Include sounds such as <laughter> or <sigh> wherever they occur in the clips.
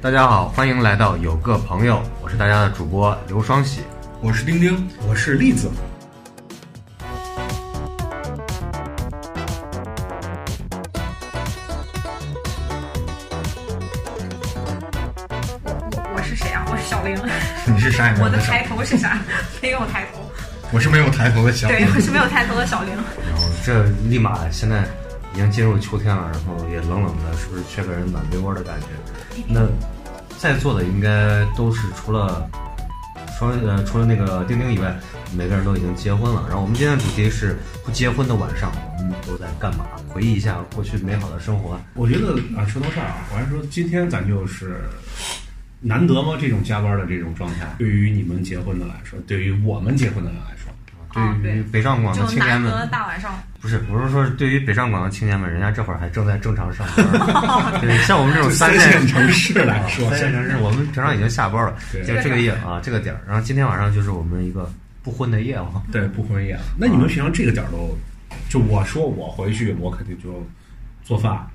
大家好，欢迎来到有个朋友，我是大家的主播刘双喜。我是丁丁，我是栗子。我我是谁啊？我是小 <laughs> 玲，你是啥也没我哎有的小抬，头是啥？没有抬头，我是没有抬头的小。对，我是没有抬头的小玲。然后这立马现在已经进入秋天了，然后也冷冷的，是不是缺个人暖被窝的感觉？嗯那在座的应该都是除了双呃除了那个丁丁以外，每个人都已经结婚了。然后我们今天的主题是不结婚的晚上，我们都在干嘛？回忆一下过去美好的生活。我觉得啊，说到这儿啊，我还是说今天咱就是难得吗？这种加班的这种状态，对于你们结婚的来说，对于我们结婚的人来说，哦啊对于北上广的就青年难们，得大晚上，不是，我是说，对于北上广的青年们，人家这会儿还正在正常上 <laughs> 班。对，像我们这种三线线城市来说，三线城市，我们平常已经下班了，对就这个夜啊，这个点儿。然后今天晚上就是我们一个不婚的夜哦晚，对不婚夜。那你们平常这个点儿都，就我说我回去，我肯定就做饭，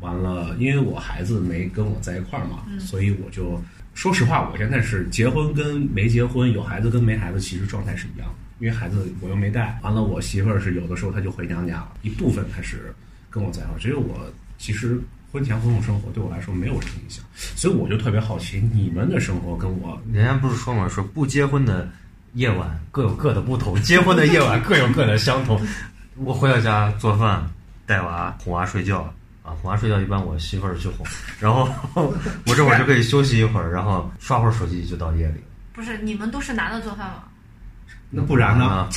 完了，因为我孩子没跟我在一块儿嘛，所以我就说实话，我现在是结婚跟没结婚，有孩子跟没孩子，其实状态是一样的。因为孩子我又没带，完了我媳妇儿是有的时候她就回娘家了，一部分她是跟我在一块儿，所以我其实婚前婚后生活对我来说没有什么影响，所以我就特别好奇你们的生活跟我人家不是说嘛，说不结婚的夜晚各有各的不 <laughs> 同，结婚的夜晚各有各的相同。我回到家做饭、带娃、哄娃睡觉啊，哄娃睡觉一般我媳妇儿去哄，然后 <laughs> 我这会儿就可以休息一会儿，然后刷会儿手机就到夜里了。不是你们都是男的做饭吗？那不然呢？？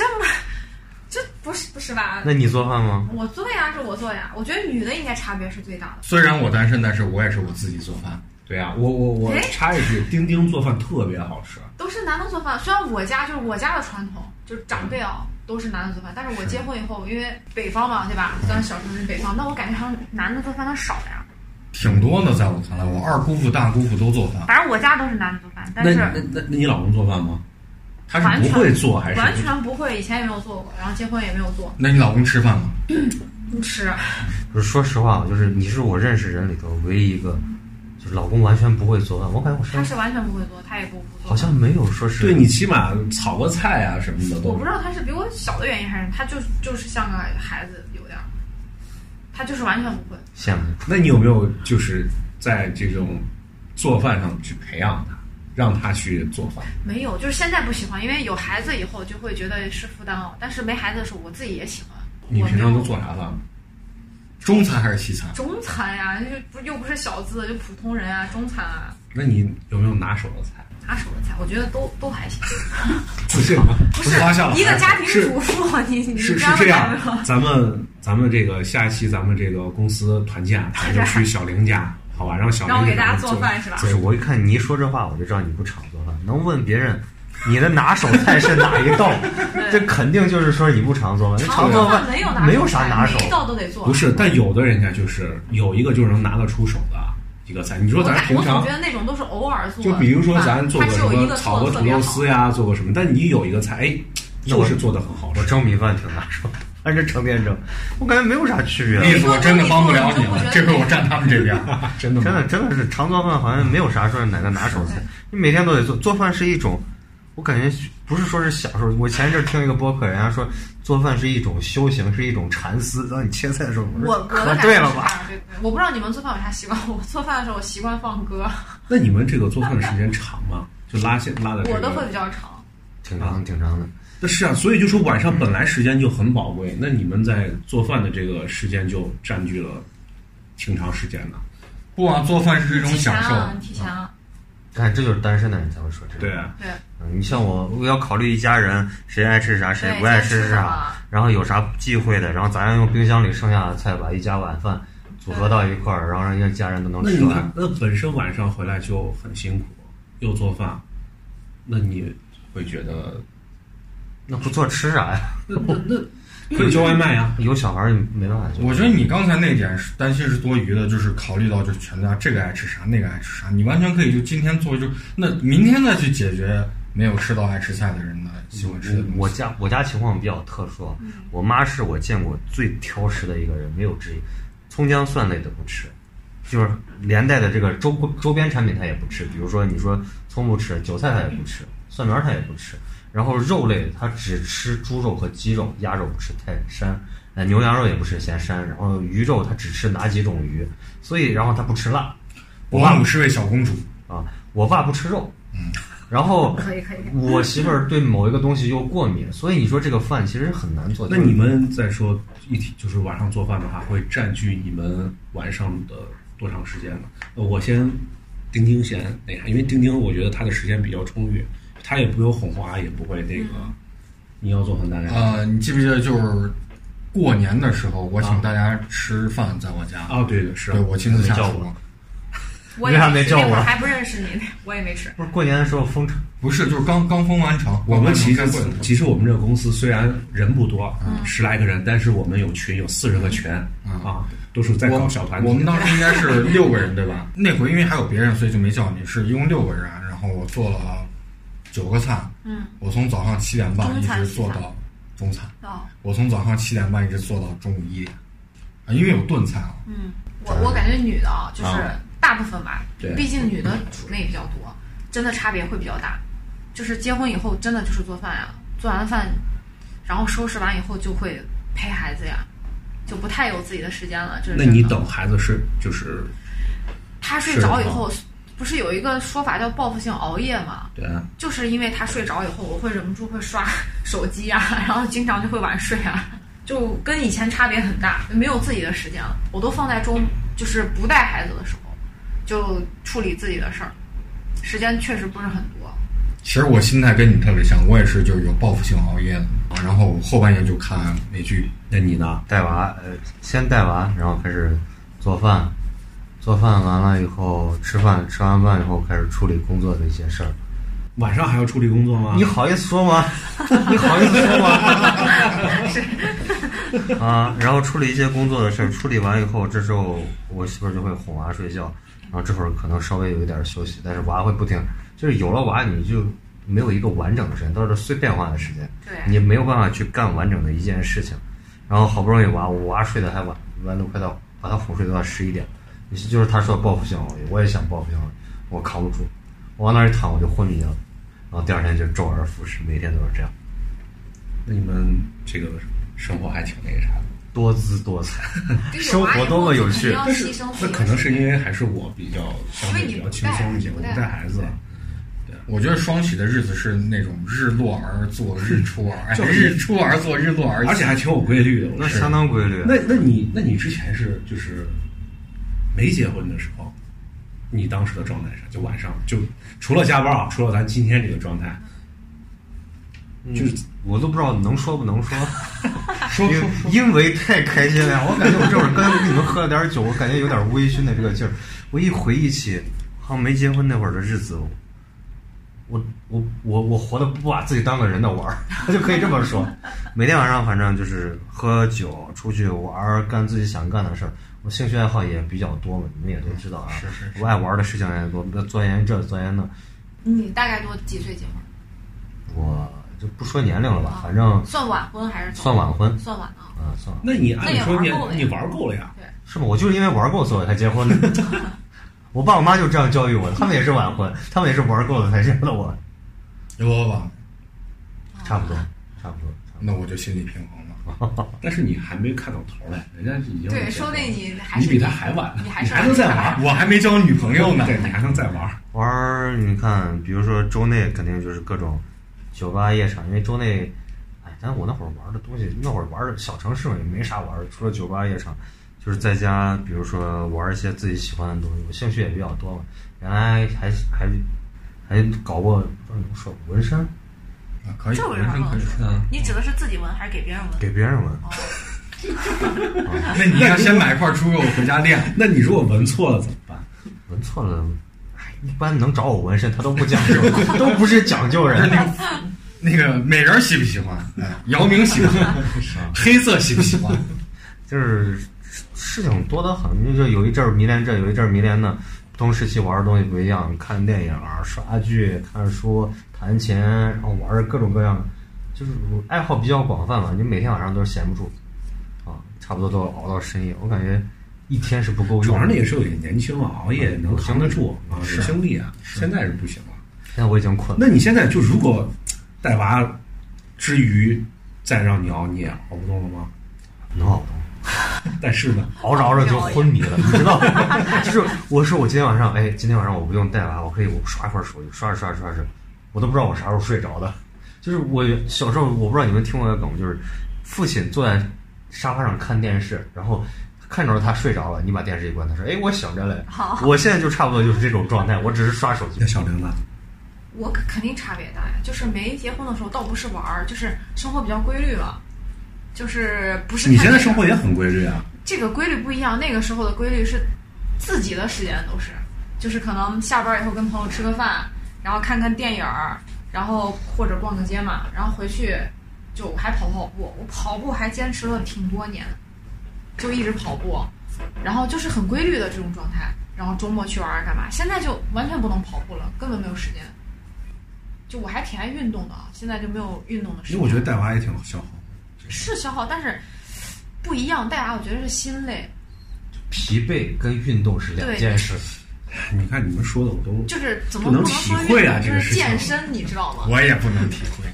这不是不是吧？啊那你做饭吗？我做呀，是我做呀。我觉得女的应该差别是最大的。虽然我单身，但是我也是我自己做饭。对呀、我我我哎插一句，丁丁做饭特别好吃，都是男的做饭，虽然我家就是我家的传统，就是长辈啊都是男的做饭，但是我结婚以后，因为北方嘛，对吧？虽然小城市北方，但我感觉好像男的做饭他少呀。挺多的，在我看来，我二姑父、大姑父都做饭。反正我家都是男的做饭，但那是那那那你老公做饭吗？他完是全不会做还是完全不会，以前也没有做过，然后结婚也没有做，那你老公吃饭吗？不吃。嗯就是说实话，啊就是你是我认识人里头唯一一个，就是老公完全不会做饭。我感觉我身他上是完全不会做，他也不不做。好像没有说是对你起码炒个菜啊什么的我都不知道他是比我小的原因，还是他就就是像个孩子有点儿，他就是完全不会。羡慕。那你有没有就是在这种做饭上去培养他，让他去做饭？没有，就是现在不喜欢，因为有孩子以后就会觉得是负担哦。但是没孩子的时候，我自己也喜欢。你我平没常有都做啥饭？中餐还是西餐？中餐呀、就不又不是小资，就普通人啊，中餐啊，那你有没有拿手的菜？ <laughs> 拿手的菜，我觉得都都还行。不是吗？不是花下了一个家庭是主妇，你你是是知道这吗 <laughs> 样，咱们咱们这个下一期咱们这个公司团建，咱就去小玲家，好吧？让小玲让我给大家咱们做饭是吧不？是我一看你一说这话，我就知道你不常做饭。能问别人你的拿手菜是哪一 <laughs> 道， <laughs> 这肯定就是说你不常啊做饭。常做没有拿没有啥拿手每一，道都得做。不是，但有的人家就是有一个就是能拿得出手的一个菜。你说我咱感平我总常觉得那种都是偶尔做的就饭。比如说咱做他个只什有一么个炒做个土的特别豆好丝呀，做个什么，但你有一个菜，哎，那我就是做的很好我吃。蒸米饭挺拿手，但是成天蒸，我感觉没有啥区别。栗子，我真的帮不了你了，这回我站他们这边。 <laughs> 真嗯的真吗？的真的是常做饭，好像没有啥说是哪个拿手菜，你每天都得做。做饭是一种，我感觉不是说是享受。我前一阵儿听一个播客，人家说做饭是一种修行，是一一种禅思。当你切菜的时候，我说我可的感觉对是了这吧？样对对，我不知道你们做饭有啥习惯，我做饭的时候我习惯放歌，那你们这个做饭的时间长吗？就拉线拉的这我的会个，比较长。挺长的，挺长的。那是啊，所以就说晚上本来时间就很宝贵，那你们在做饭的这个时间就占据了挺长时间的。不啊，做饭是一种提前享啊，受。提前啊，看，这就是单身的人才会说这个。对，啊对嗯，你像我，我要考虑一家人谁爱吃啥，谁对，不爱先啊吃什啥，么？然后有啥忌讳的，然后咱要用冰箱里剩下的菜把一家晚饭组合到一块嗯儿，然后让一家人都能那吃你完看。，那本身晚上回来就很辛苦，又做饭，那你会觉得那不做吃啥呀？那那那可以叫外卖啊呀、有小孩儿你没办法做。我觉得你刚才那点是担心是多余的，就是考虑到就全家这个爱吃啥，那个爱吃啥，你完全可以就今天做，就那明天再去解决没有吃到爱吃菜的人的喜欢吃的东西。嗯我家我家情况比较特殊，啊，我妈是我见过最挑食的一个人，没有之一，葱姜蒜类的不吃，就是连带的这个周周边产品它也不吃，比如说你说葱不吃，韭菜它也不吃，蒜苗它也不吃，然后肉类它只吃猪肉和鸡肉，鸭肉不吃太膻，呃牛羊肉也不吃嫌膻，然后鱼肉它只吃哪几种鱼，所以然后它不吃辣我哇母是位小公主，啊，我爸不吃肉，嗯然后可以可以。我媳妇儿对某一个东西又过敏，所以你说这个饭其实很难做。那你们再说一提，就是晚上做饭的话，会占据你们晚上的多长时间呢？呃我先丁丁先那啥，因为丁丁我觉得他的时间比较充裕，他也不用哄花，也不会那个。你要做饭大概、呃，你记不记得就是过年的时候，我请大家吃饭在我家，啊，对的是啊对我亲自下叫厨我。我也你还没叫我那会儿还不认识你，我也没吃。不是过年的时候封城，不是，就是刚刚封完城，我们刚其实开会的时候其实我们这个公司虽然人不多，十来个人，但是我们有群，有四十个群、啊，都是在搞小团体。我。我们当时应该是六个人对吧？ <laughs> 那回因为还有别人，所以就没叫你。是一共六个人，啊然后我做了九个菜。嗯，我从早上七点半中一餐直西做餐到中餐，哦，我从早上七点半一直做到中午一点，啊，因为有炖菜啊。嗯，我我感觉女的啊，就是啊大部分吧对，毕竟女的种类比较多，真的差别会比较大。就是结婚以后，真的就是做饭呀、做完饭，然后收拾完以后就会陪孩子呀，就不太有自己的时间了。这是那真你的等孩子睡，就是他睡是着的以后，不是有一个说法叫报复性熬夜吗？对啊，就是因为他睡着以后，我会忍不住会刷 <laughs> 手机啊，然后经常就会晚睡啊，就跟以前差别很大，没有自己的时间了。我都放在中，就是不带孩子的时候，就处理自己的事儿，时间确实不是很多。其实我心态跟你特别像，我也是就是有报复性熬夜的，然后后半夜就看美剧。那你呢？带娃，呃，先带娃，然后开始做饭，做饭完了以后吃饭，吃完饭以后开始处理工作的一些事儿。晚上还要处理工作吗？你好意思说吗？你好意思说吗？啊，然后处理一些工作的事儿，处理完以后，这时候我媳妇儿就会哄娃睡觉，然后这会儿可能稍微有一点休息，但是娃会不停，就是有了娃你就没有一个完整的时间，都是碎片化的时间，对你没有办法去干完整的一件事情。然后好不容易娃，我娃睡得还晚，晚都快到把他哄睡到十一点，就是他说的报复性熬夜，我也想报复性熬夜，我扛不住，我往那儿一躺我就昏迷了，然后第二天就周而复始，每天都是这样，那你们这个生活还挺那个啥的。多姿多彩。就生有娃以活后多么就有肯定趣要但牺是牲自那己可的能时是间因为还是我比较相对比较轻松一些，因我为不你不带带孩子。啊我觉得双喜的日子是那种日落而作，日出而 <laughs> 哎就是日出而作，日落而息而且还挺有规律的。那我觉得相当规律。啊那那你那你之前是就是没结婚的时候，你当时的状态是啥就晚上就除了加班啊，除了咱今天这个状态，嗯就是我都不知道能说不能说，说因说为因为太开心了，我感觉我这会儿刚才跟你们喝了点酒，我感觉有点微醺的这个劲儿。我一回忆起好像没结婚那会儿的日子，我我我我活的不把自己当个人的玩儿， <laughs> 我就可以这么说。每天晚上反正就是喝酒、出去玩儿，干自己想干的事儿。我兴趣爱好也比较多嘛，你们也都知道啊。是是我爱玩的事情也多，钻研这钻研那。你大概多几岁结婚？我就不说年龄了吧，反正算晚婚还是早算晚婚算晚啊？啊，算了。那你按理说你那也玩你玩够了呀够了呀？是吗？我就是因为玩够，所以我才结婚的。我爸我妈就这样教育我，他们也是晚婚，他们也是玩够了才认的我。有我吧？差不多，差不多，差那我就心理平衡了。但是你还没看到头儿嘞，人家已经对，结婚说了不定你还你是比他还晚，你还还是能再玩，我还没交女朋友呢。对，你还能再玩。不多玩儿，你看，比如说周内肯定就是各种酒吧、夜场，因为周内，哎，但我那会儿玩的东西，那会儿玩的小城市嘛，也没啥玩儿，除了酒吧、夜场，就是在家，比如说玩一些自己喜欢的东西，我兴趣也比较多嘛。原来还还还搞过，不知道能说过纹身，啊，可以，这为人啥生可以。嗯，你指的是自己纹还是给别人纹？给别人纹。那你要先买一块猪肉回家练。那你如果纹错了怎么办？纹错了，哎，一般能找我纹身，他都不讲究， <laughs> 都不是讲究人。那个美人喜不喜欢？ <laughs> 哎姚明喜欢，啊黑色喜不喜 <laughs> 欢？就是事情多得很，你就有一阵儿迷恋这，有一阵儿迷恋那，不同时期玩的东西不一样，看电影、刷剧、看书、弹琴，然后玩儿各种各样的，就是我爱好比较广泛嘛，你每天晚上都是闲不住，啊，差不多都熬到深夜。我感觉一天是不够主用要的。是那个时候也年轻啊，熬夜能扛得住啊，有是精力啊。现在是不行了。现在我已经困了。那你现在就如果带娃之余再让你熬，你也熬不动了吗？能熬但是呢，熬着 <laughs> 熬着就昏迷了，你知道吗？ <laughs> 就是我说我今天晚上，哎，今天晚上我不用带娃，我可以我刷一会儿手机，刷着刷着刷着，我都不知道我啥时候睡着的。就是我小时候，我不知道你们听过的梗，就是父亲坐在沙发上看电视，然后看着他睡着了，你把电视一关，他说：“哎，我醒着嘞。” <laughs> 好我现在就差不多就是这种状态，我只是刷手机那。小玲呢？我肯肯定差别大呀，就是没结婚的时候倒不是玩儿，就是生活比较规律了，就是不是你太现在那生个活也很规律啊，这个规律不一样，那个时候的规律是自己的时间都是，就是可能下班以后跟朋友吃个饭，然后看看电影儿，然后或者逛个街嘛，然后回去就还跑跑步，我跑步还坚持了挺多年，就一直跑步，然后就是很规律的这种状态，然后周末去玩儿干嘛，现在就完全不能跑步了，根本没有时间。就我还挺爱运动的，啊，现在就没有运动的时因间。为我觉得带娃也挺消耗。是消耗，但是不一样。带娃我觉得是心累，疲惫跟运动是两件事。你看你们说的我都就是怎不么能能说体运会动，啊这就个是事情健身，你知道吗？我也不能体会。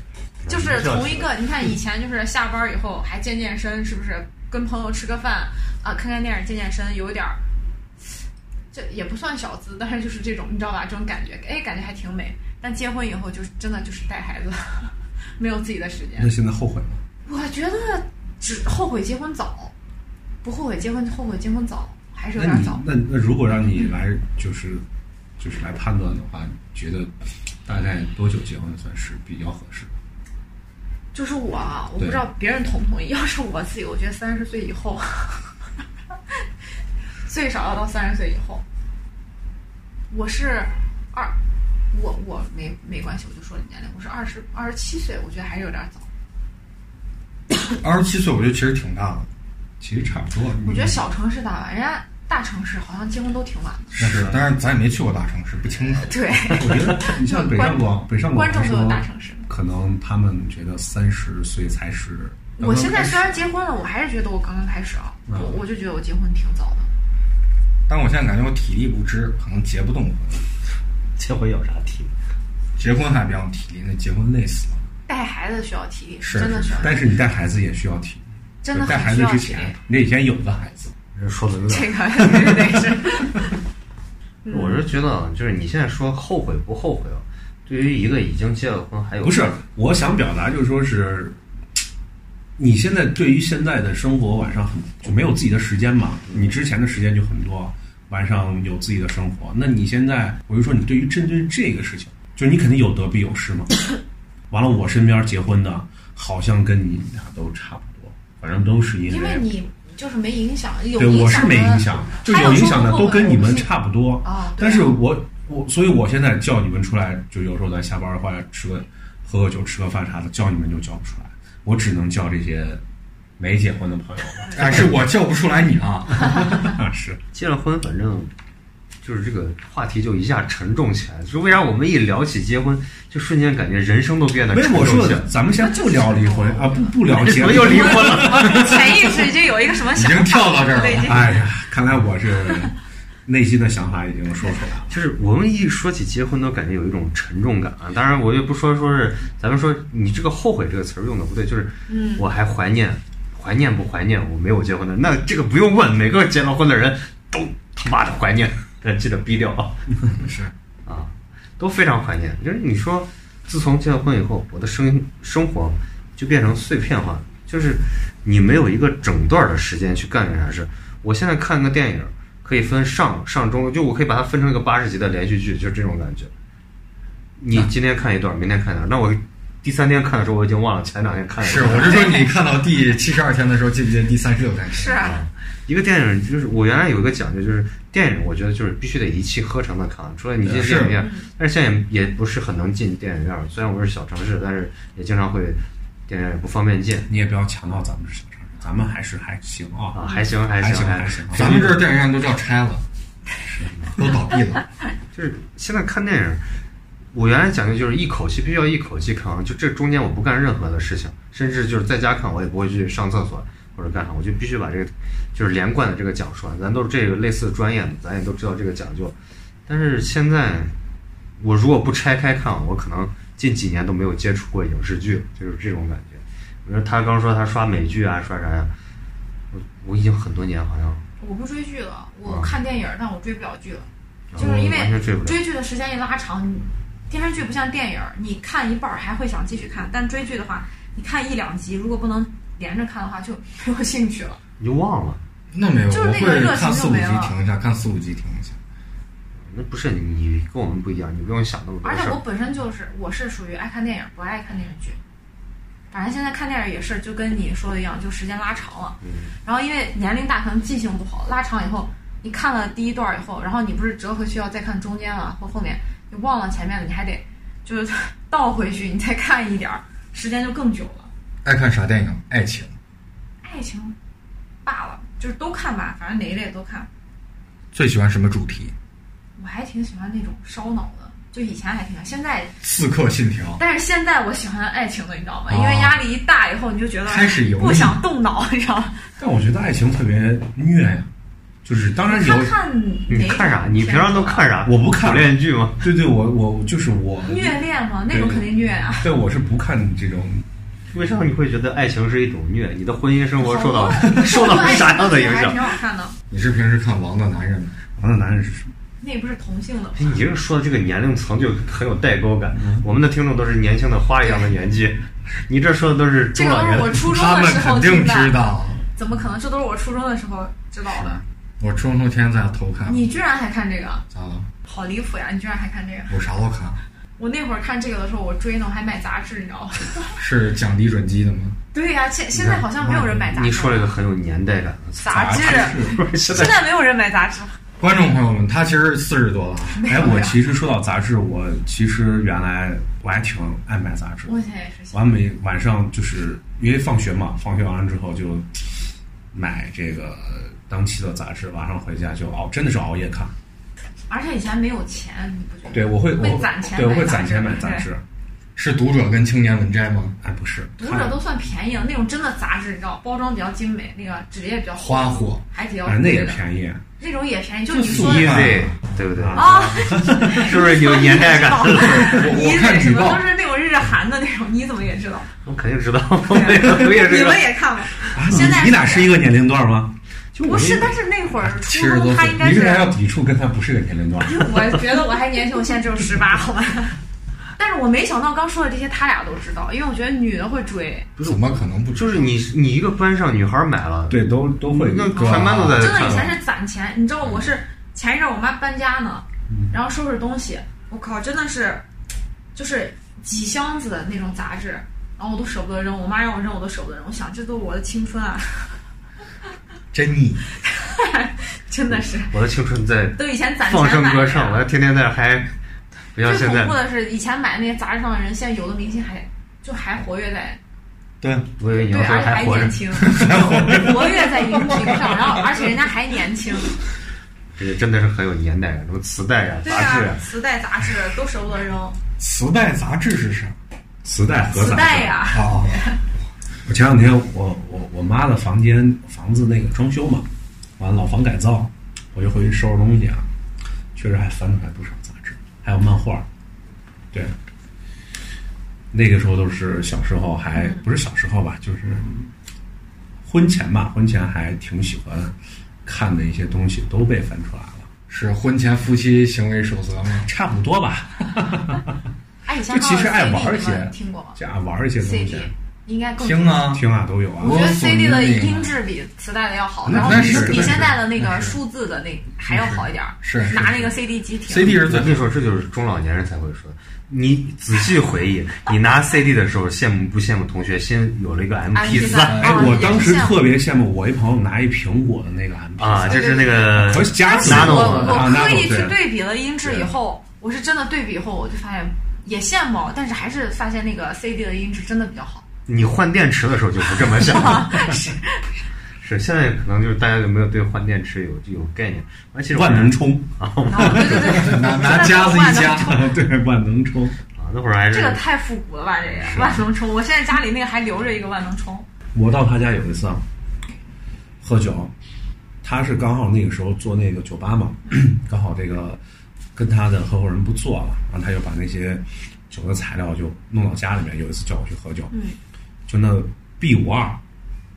就是从一个，你看以前就是下班以后还健健身，是不是？跟朋友吃个饭啊，看看电影，健健身，有点儿，这也不算小资，但是就是这种，你知道吧？这种感觉，哎，感觉还挺美。但结婚以后就是真的就是带孩子， <laughs> 没有自己的时间那。现在后悔吗？我觉得只后悔结婚早，不后悔结婚，后悔结婚早还是有那点你早。那那如果让你来就是就是来判断的话，你觉得大概多久结婚算是比较合适？就是我，啊，我不对知道别人同不同意。要是我自己，我觉得三十岁以后，最少要到三十岁以后。我是二，我我没没关系，我就说年龄，我是二十二十七岁，我觉得还是有点早。二十七岁，我觉得其实挺大的，其实差不多。我觉得小城市大吧，人家大城市好像结婚都挺晚的。是，但是咱也没去过大城市，不清楚。 <laughs> 对，我 <laughs> 觉得你像北上广，北上广观众来都有说大城市。可能他们觉得三十岁才是。我现在虽然结婚了，我还是觉得我刚刚开始啊，嗯我我就觉得我结婚挺早的。但我现在感觉我体力不支，可能结不动婚。这回有啥题？结婚还比较体力，那结婚累死了。带孩子需要体力，是真的需要体力，但是你带孩子也需要体力，真的带很孩需子要之体前力。你得先有个孩子。这说的有点这个肯定得是。 <laughs> 我是觉得，啊，就是你现在说后悔不后悔啊？对于一个已经结了婚还有不是，我想表达就是说是，你现在对于现在的生活，晚上很就没有自己的时间嘛，你之前的时间就很多，晚上有自己的生活。那你现在，我就说你对于针对这个事情，就你肯定有得必有失嘛。完了，我身边结婚的，好像跟你俩都差不多，反正都是因因为你就是没影响，有对我是的没影响，就有影响的都跟你们差不多。啊。对但是我我，所以我现在叫你们出来，就有时候咱下班儿或者吃个喝个酒、吃个饭啥的，叫你们就叫不出来，我只能叫这些没结婚的朋友了。 <laughs> 但是我叫不出来你啊。啊， <laughs> 是结了婚，反正就是这个话题就一下沉重起来了。就是为啥我们一聊起结婚，就瞬间感觉人生都变得没沉我重说起来的，。咱们先不聊离 <laughs> 婚啊，不不聊为结 <laughs> 什婚么又离婚了？我潜意识已经有一个什么嗯想法，已经跳到这儿 <laughs> 了对已经哎呀，看来我是内心的想法已经说出来了。就是我们一说起结婚，都感觉有一种沉重感啊。当然，我就不说说是咱们说你这个“后悔”这个词儿用的不对，就是嗯我还怀念，怀念不怀念我没有结婚的？那这个不用问，每个结了婚的人都他妈的怀念，记得逼掉啊。 <laughs> 是，啊，都非常怀念。就是你说，自从结了婚以后，我的生生活就变成碎片化，就是你没有一个整段的时间去干点啥事。我现在看个电影，可以分上上中，就我可以把它分成一个八十集的连续剧，就是这种感觉。你今天看一段，明天看一段，那我第三天看的时候，我已经忘了前两天看的。是，我就说你看到第七十二天的时候，记不记得第三十六 <laughs> 天？是啊一个电影就是我原来有一个讲究，就是电影我觉得就是必须得一气呵成的看，除了你进是电影院，但是现在也不是很能进电影院。虽然我是小城市，但是也经常会电影院也不方便进你也不要强调咱们是小城市，咱们还是还行啊，啊，还行还还行行还还行。咱们这儿电影院都叫拆了，都倒闭了。就是现在看电影，我原来讲究就是一口气必须要一口气看完，就这中间我不干任何的事情，甚至就是在家看我也不会去上厕所或或者干啥，我就必须把这个就是连贯的这个讲述完。咱都是这个类似专业的，咱也都知道这个讲究。但是现在我如果不拆开看，我可能近几年都没有接触过影视剧，就是这种感觉。我说他刚说他刷美剧啊，刷啥呀？我我已经很多年好像嗯我不追剧了，我啊看电影儿，但我追不了剧了，啊哦就是因为我完全追不了追剧的时间一拉长，你电视剧不像电影儿，你看一半儿还会想继续看，但追剧的话，你看一两集，如果不能连着看的话，就没有兴趣了。你就忘了。 <laughs> 那没有，就是我那个热情会看四五就没了集停一下，看四五集停一下。那不是你，你跟我们不一样，你不用想那么多而事且我儿。本身就是我是属于爱看电影，不爱看电视剧。反正现在看电影也是，就跟你说的一样，就时间拉长了。嗯，然后因为年龄大，可能记性不好，拉长以后，你看了第一段以后，然后你不是折回去要再看中间了或后面，你忘了前面了，你还得就是 <laughs> 倒回去，你再看一点儿，时间就更久了。爱看啥电影？爱情。爱情罢了，就是都看吧，反正哪一类都看。最喜欢什么主题？我还挺喜欢那种烧脑的，就以前还挺喜欢，现在《刺客信条》。但是现在我喜欢爱情的，你知道吗？因为压力一大以后，你就觉得开始油腻不想动脑，你知道吗？但我觉得爱情特别虐呀，就是当然有他，看哪你看啥？你平常都看啥？我不看古恋剧吗？对对，我我就是我，虐恋吗？那种肯定 <laughs> 虐啊！对，我是不看这种，为什么你会觉得爱情是一种虐？你的婚姻生活受到 <laughs> 受我到觉得爱情啥样 <laughs> 的影还响挺？好看的，你是平时看《王的男人》吗？完了男人是什么？那不是同性的吗？哎你这个说的这个年龄层就很有代沟感。嗯我们的听众都是年轻的花一样的年纪，你这说的都是这中个老都年是我的。初中他的们时候肯定听的，知道。怎么可能？这都是我初中的时候知道的。我初中天天在家偷看。你居然还看这个，咋了？好离谱呀！你居然还看这个？我啥都看。我那会儿看这个的时候，我追呢，我还买杂志，你知道吗？ <laughs> 是讲李准基的吗？对呀、现现在好像没有人买杂志了。你说了一个很有年代感的词，杂志， <laughs> 现在现在没有人买杂志了。观众朋友们，他其实四十多了。啊哎，我其实说到杂志，我其实原来我还挺爱买杂志的，我现在也是喜欢。完美晚上就是因为放学嘛，放学完了之后就买这个当期的杂志，晚上回家就熬，真的是熬夜看。而且以前没有钱，你不觉得？对，我会我会攒钱对我会买杂攒钱志买杂对志。是读者跟青年文摘吗？哎，不是，读看者都算便宜了，那种真的杂志，你知道，包装比较精美，那个纸也比较厚花火。还比较哎那也宜，便宜。那种也便宜，就就你说素的衣 easy，对不对？啊，是不是有年代感？我你 <laughs> 我怎看么举什么报都，是那种日韩的那种，你怎么也知道？我肯定知道，我也你是个们。也看吗？啊现在你你俩是一个年龄段吗？就我不是，们但是那会儿七初十多中他岁应该你是为，啥要抵触跟他不是一个年龄段？我觉得我还年轻，我现在只有十八，好吧？ <laughs> 但是我没想到刚说的这些他俩都知道，因为我觉得女的会追，怎么可能不知就道是你你一个班上女孩买了，对，都都会。那全班都在啊真的看以前了。是攒钱，你知道我是前一阵我妈搬家呢，嗯然后收拾东西，我靠，真的是就是几箱子的那种杂志，然后我都舍不得扔，我妈让我扔我都舍不得扔，我想这都是我的青春啊，真腻？真的是我的青春在都以前攒嗯钱放声买的歌呀唱，我还天天在那还不像最现恐怖在。的是以前买那些杂志上的人，现在有的明星还就还活跃在对，我以为你对，要说而且还还活着年，轻，活跃在荧屏上，然后而且人家还 <laughs> 年轻，这个真的是很有年代感，什么磁带呀、对杂志啊呀，，磁带杂志都舍不得扔，磁带杂志是啥？磁带和磁杂带志。呀、啊，我前两天我我我妈的房间房子那个装修嘛，完老房改造，我就回去收拾东西啊，确实还翻出来不少杂志，还有漫画，对。那个时候都是小时候还，不是小时候吧，就是婚前吧，婚前还挺喜欢看的一些东西都被翻出来了，是婚前夫妻行为守则吗？差不多吧，哎，以前就其实爱玩还有一 CD 你们些听过吗这样玩儿一些东西 CD，应该更听。啊，听啊都有啊。我觉得我索 CD 尼的那个音质比磁带的要好，那然后那比是比那是现在的那那个是数字的那还要好一点儿，是是拿那个 CD 机听。 CD 是我最跟你说，这就是中老年人才会说的。你仔细回忆，你 <laughs> 拿 CD 的时候羡慕不羡慕同学先有了一个 MP 三 MP3 哎，啊我也是当时羡慕特别羡慕我一朋友拿一苹果的那个 MP 啊？就是那 <laughs> 个和加但子是拿我走我了啊我拿刻走意去对对比了音质以后，我是真的对比以后，我就发现也羡慕，但是还是发现那个 CD 的音质真的比较好。你换电池的时候就不这么想 <laughs> 了。是现在可能就是大家有没有对换电池有有概念？而且万能 <laughs> 充然后对对 <laughs> 对，哦拿真拿的夹子万能一夹， <laughs> 充啊， <laughs> 对，万能充。啊，那会儿还是这个太复古了吧？这个是万能充，我现在家里那个还留着一个万能充。我到他家有一次啊，喝酒，他是刚好那个时候做那个酒吧嘛， <clears throat> 刚好这个跟他的合伙人不做了，然后他就把那些酒的材料就弄到家里面。有一次叫我去喝酒，嗯就那 B 五二，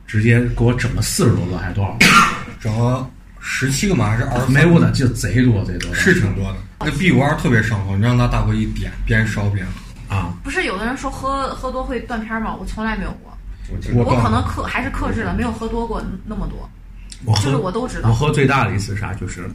直接给我整了四十多个还是多少个，整了十七个嘛，还是二十？没我的记得贼多贼多，是挺多的。那 B 五二特别上头，你让他大哥一点，边烧边喝。啊，不是有的人说喝喝多会断片儿吗？我从来没有过，我我告可诉能你克还是克制了，没有喝多过那么多。我喝就是我都知道我喝最大的一次是啥就是，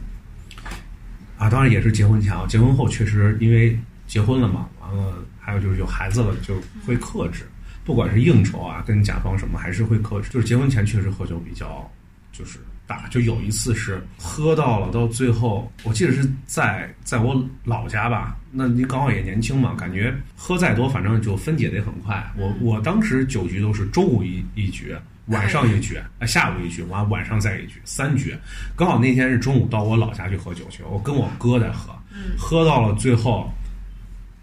啊，当然也是结婚前啊，结婚后确实因为结婚了嘛，完了还有就是有孩子了，就会克制，不管是应酬啊，跟甲方什么，还是会克制。就是结婚前确实喝酒比较就是大，就有一次是喝到了，到最后我记得是在在我老家吧，那你刚好也年轻嘛，感觉喝再多反正就分解得很快。我我当时酒局都是中午一一局，晚上一局，啊下午一局，完晚上再一局，三局。刚好那天是中午到我老家去喝酒去，我跟我哥在喝，喝到了最后。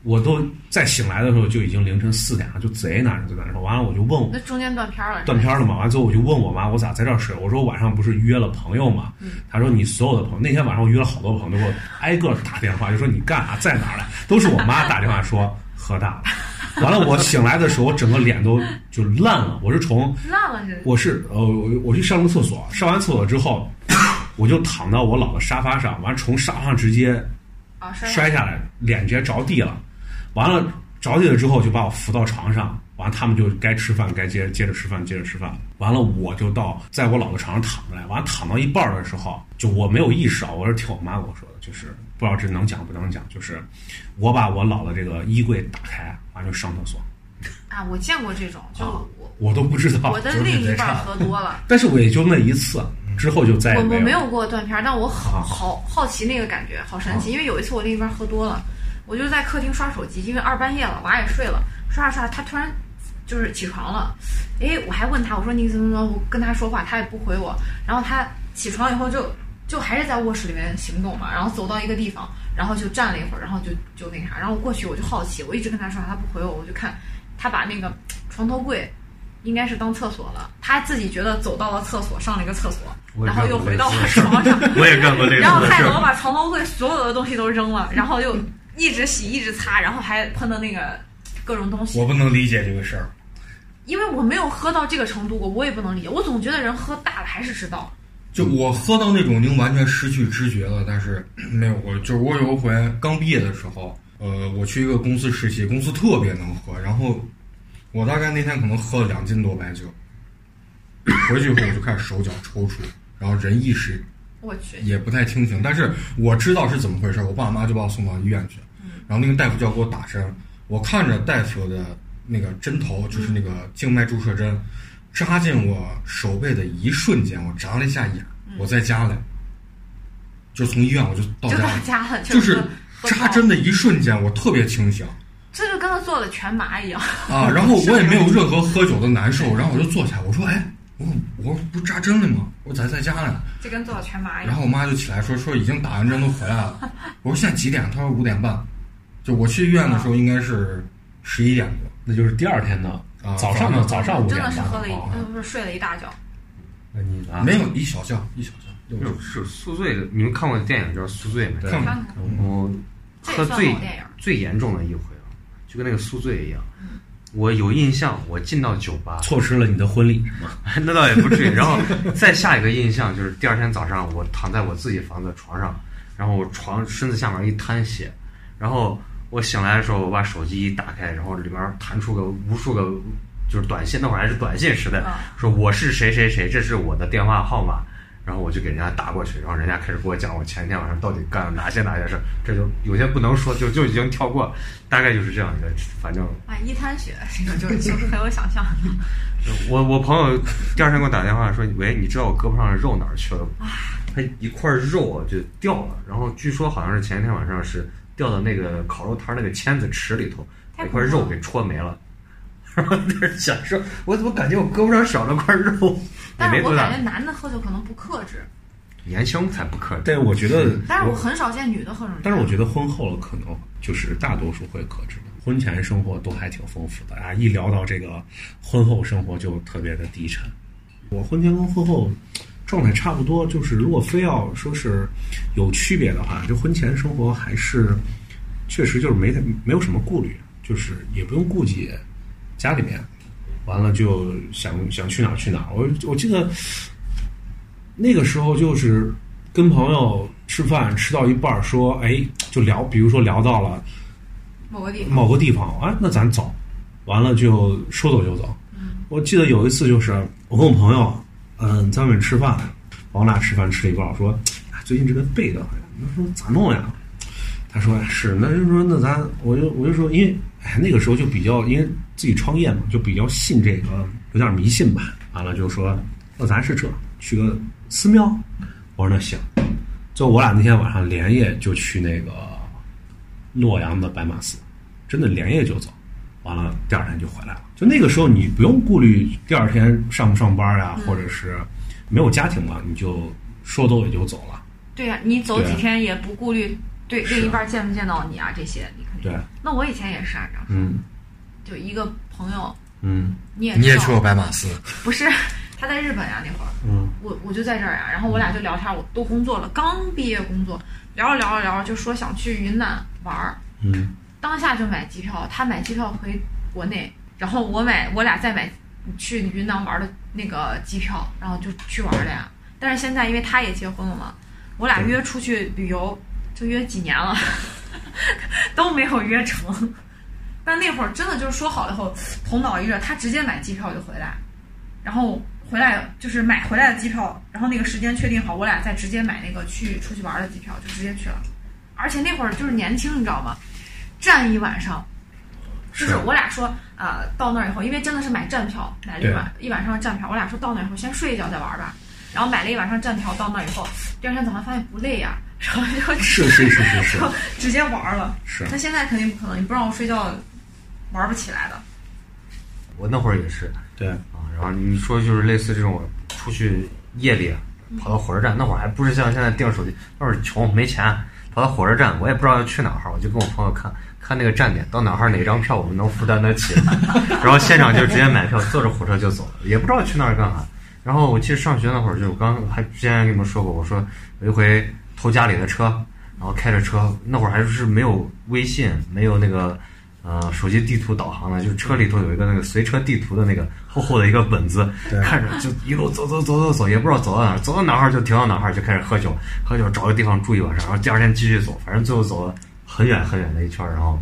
我都在醒来的时候就已经凌晨四点了，就贼难受，贼难受。完了我就问我那中间断片儿了，断片儿了嘛。完之后我就问我妈，我咋在这儿睡？我说晚上不是约了朋友嘛？她说你所有的朋友，那天晚上我约了好多朋友，都给我挨个打电话，就说你干啥，在哪儿了？都是我妈打电话说喝大了。完了，我醒来的时候，我整个脸都就烂了。我是从烂了这。我是呃，我我去上个厕所，上完厕所之后，我就躺到我姥姥沙发上，完了从沙发上直接啊，摔摔下来，脸直接着地了。完了着地了之后，就把我扶到床上。完了，他们就该吃饭，该接接着吃饭，接着吃饭。完了，我就到在我姥姥床上躺着来。完了，躺到一半儿的时候，就我没有意识啊，我是听我妈跟我说的，就是不知道这能讲不能讲，就是我把我姥姥这个衣柜打开，完了就上厕所，啊，我见过这种，就啊我我都不知道我。的就是另一贼半儿差喝多 <laughs> 了。但是我也就那一次，之后就再也我我哎没没有。有过断片儿，但我好啊好好奇那个感觉，好神奇。因为有一次我另一半喝多了，我就在客厅刷手机，因为二半夜了，娃也睡了，刷着刷着，他突然就是起床了。诶，我还问他，我说你怎么怎么，我跟他说话，他也不回我。然后他起床以后就就还是在卧室里面行动嘛，然后走到一个地方，然后就站了一会儿，然后就就那啥，然后我过去我就好奇，我一直跟他说话，他不回我，我就看他把那个床头柜。应该是当厕所了，他自己觉得走到了厕所，上了一个厕所，我也然后干又过回类到我似的事床上，我也干过类似然后的害事得我儿。把床头柜所有的东西都扔了，然后又一直洗一直擦，然后还喷的那个各种东西我。不能理解这个事儿。因为我没有喝到这个程度过，我也不能理解。我总觉得人喝大了还是知道，就我喝到那种已经完全失去知觉了，但是 <clears throat> 没有过。就是我有一回刚毕业的时候，呃，我去一个公司实习，公司特别能喝，然后我大概那天可能喝了两斤多白酒，回去以后我就开始手脚抽搐，然后人意识我去，也不太清醒，但是我知道是怎么回事，我爸妈就把我送到医院去，然后那个大夫就要给我打针，我看着大夫的那个针头，就是那个静脉注射针，扎进我手背的一瞬间，我眨了一下眼，我在家里，就从医院我就到就家到了，家了，就是是喝喝扎高针的一瞬间，我特别清醒这就跟他做了全麻一样。 <laughs> 啊，然后我也没有任何喝酒的难受，然后我就坐下，我说，哎，我说我说不是扎针了吗？我咋在家呢？这跟做了全麻一然样。后我妈就起来说说已经打完针都回来了。我说现在几点？她说五点半。就我去医院的时候应该是十一点多。那就是第二天的啊早上的早早上五真点的是半喝了一，啊呃，不是睡了一大觉。那你呢？没有一小觉一小觉。六就是是宿醉，你们看过电影叫《宿醉》没？看看看，我这也喝算最好电影最严重的一回啊，就跟那个宿醉一样。我有印象，我进到酒吧，错失了你的婚礼是吗？ <laughs> 那倒也不至于。然后再下一个印象就是第二天早上，我躺在我自己房子床上，然后我床身子下面一滩血，然后我醒来的时候，我把手机一打开，然后里面弹出个无数个就是短信，那会儿还是短信时代啊，说我是谁谁谁，这是我的电话号码。然后我就给人家打过去，然后人家开始给我讲我前一天晚上到底干了哪些哪些事儿，这就有些不能说，就就已经跳过，大概就是这样一个，反正哎，一滩血，这个就是就是很有想象力。 <laughs> 我我朋友第二天给我打电话说：“喂，你知道我胳膊上的肉哪儿去了啊吗？他一块肉啊就掉了，然后据说好像是前一天晚上是掉到那个烤肉摊儿那个签子池里头，把太一恐怖块了肉给戳没了。” <laughs> 然后在那儿想说：“我怎么感觉我胳膊上少了块肉？”也 <laughs> 但没是我多感大觉，男的喝酒可能不克制，年轻才不克制。但是我觉得，但是我很少见女的喝成这但样。是我觉得婚后了可能就是大多数会克制的，婚前生活都还挺丰富的啊，一聊到这个婚后生活就特别的低沉。我婚前跟婚后状态差不多。就是如果非要说是有区别的话，就婚前生活还是确实就是没太没有什么顾虑，就是也不用顾及家里面，完了就想想去哪儿去哪儿。我我记得那个时候就是跟朋友吃饭，吃到一半儿说，哎，就聊，比如说聊到了。某个地方，某个地方，啊，那咱走，完了就说走就走。我记得有一次就是呃我跟我朋友，嗯，在外面吃饭，我俩吃饭吃了一半，我说哎最近这个背得很，他说咋弄呀？他说哎是，那就说那咱，我就我就说，因为哎那个时候就比较因为自己创业嘛，就比较信这个，有点迷信吧。完了就说那咱是这去个寺庙，我说那行。最后我俩那天晚上连夜就去那个洛阳的白马寺，真的连夜就走，完了第二天就回来了。就那个时候你不用顾虑第二天上不上班呀、或者是没有家庭嘛，你就说走也就走了。对呀、你走对几啊天也不顾虑对是啊另一半见不见到你啊这些，你肯定。对，那我以前也是啊，这样嗯就一个朋友，嗯你也你也知道去过白马寺？不是 <laughs> 他在日本呀、那会儿，嗯，我我就在这儿呀、然后我俩就聊天，我都工作了，刚毕业工作，聊着聊着聊着就说想去云南玩儿，嗯，当下就买机票，他买机票回国内，然后我买我俩再买去云南玩的那个机票，然后就去玩了呀。但是现在因为他也结婚了嘛，我俩约出去旅游就约几年了，都没有约成。但那会儿真的就是说好了以后，头脑一热，他直接买机票就回来，然后回来就是买回来的机票，然后那个时间确定好，我俩再直接买那个去出去玩的机票，就直接去了。而且那会儿就是年轻，你知道吗？站一晚上，就是我俩说啊、呃到那儿以后，因为真的是买站票，买了一晚一晚上的站票，我俩说到那儿以后先睡一觉再玩吧。然后买了一晚上站票，到那儿以后，第二天早上发现不累呀、 <laughs> 然后就直是是是是是就直接玩了。 <laughs> 是那现在肯定不可能，你不让我睡觉，玩不起来的。我那会儿也是对，啊，然后你说就是类似这种出去夜里跑到火车站，那会儿还不是像现在订手机，那会儿穷没钱，跑到火车站我也不知道要去哪儿，我就跟我朋友看看那个站点到哪儿哪张票我们能负担得起， <laughs> 然后现场就直接买票，坐着火车就走了，也不知道去那儿干啥。然后我记得上学那会儿，就我刚还之前还跟你们说过，我说有一回偷家里的车，然后开着车，那会儿还是没有微信，没有那个呃手机地图导航的，就是车里头有一个那个随车地图的那个厚厚的一个本子，看着就一路走走走走走，也不知道走到哪儿，走到哪儿就停到哪儿，就开始喝酒，喝酒找个地方住一晚上，然后第二天继续走，反正最后走了很远很远的一圈儿，然后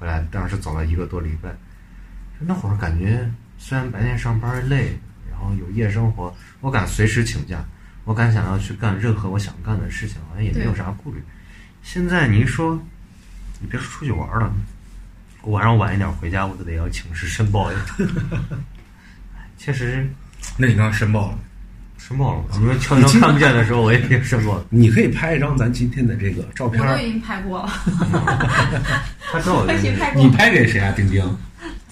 回来，当时走了一个多礼拜。那会儿感觉虽然白天上班累，然后有夜生活，我敢随时请假，我敢想要去干任何我想干的事情，好像也没有啥顾虑。现在你一说，你别说出去玩儿了，我晚上晚一点回家，我都得要请示申报一下。 <laughs> 确实那你刚刚申报了，申报了，你们悄悄看不见的时候，我也给申报了。你可以拍一张咱今天的这个照我片儿都，已经拍过了，他知道 <laughs> 我我已经这拍过你了，拍给谁啊？丁丁，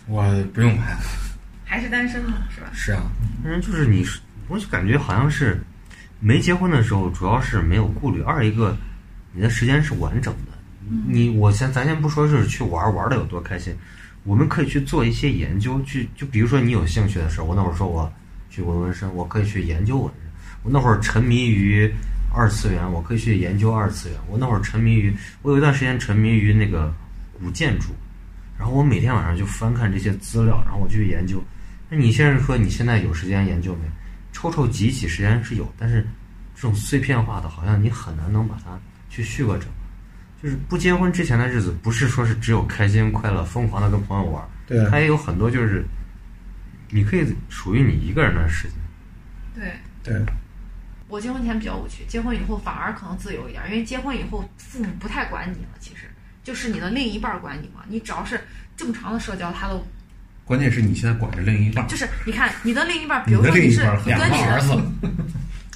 我不用拍。还是单身嘛，是吧？是啊，嗯，就是你，我就感觉好像是没结婚的时候，主要是没有顾虑；二一个，你的时间是完整的。你我先咱先不说是去玩儿玩的有多开心，我们可以去做一些研究，去就比如说你有兴趣的事儿，我那会儿说我去纹纹身，我可以去研究纹身。我那会儿沉迷于二次元，我可以去研究二次元。我那会儿沉迷于，我有一段时间沉迷于那个古建筑，然后我每天晚上就翻看这些资料，然后我去研究。那你现在说你现在有时间研究没？抽抽挤挤时间是有，但是这种碎片化的，好像你很难能把它去续个整。就是不结婚之前的日子，不是说是只有开心快乐、疯狂的跟朋友玩，对它也有很多就是你可以属于你一个人的事情。对。对，我结婚前比较无趣，结婚以后反而可能自由一点，因为结婚以后父母不太管你了，其实就是你的另一半管你嘛。你只要是正常的社交，他都关键是你现在管着另一半儿，就是你看你的另一半，比你如的说另你一是半儿你两跟个你儿的，子，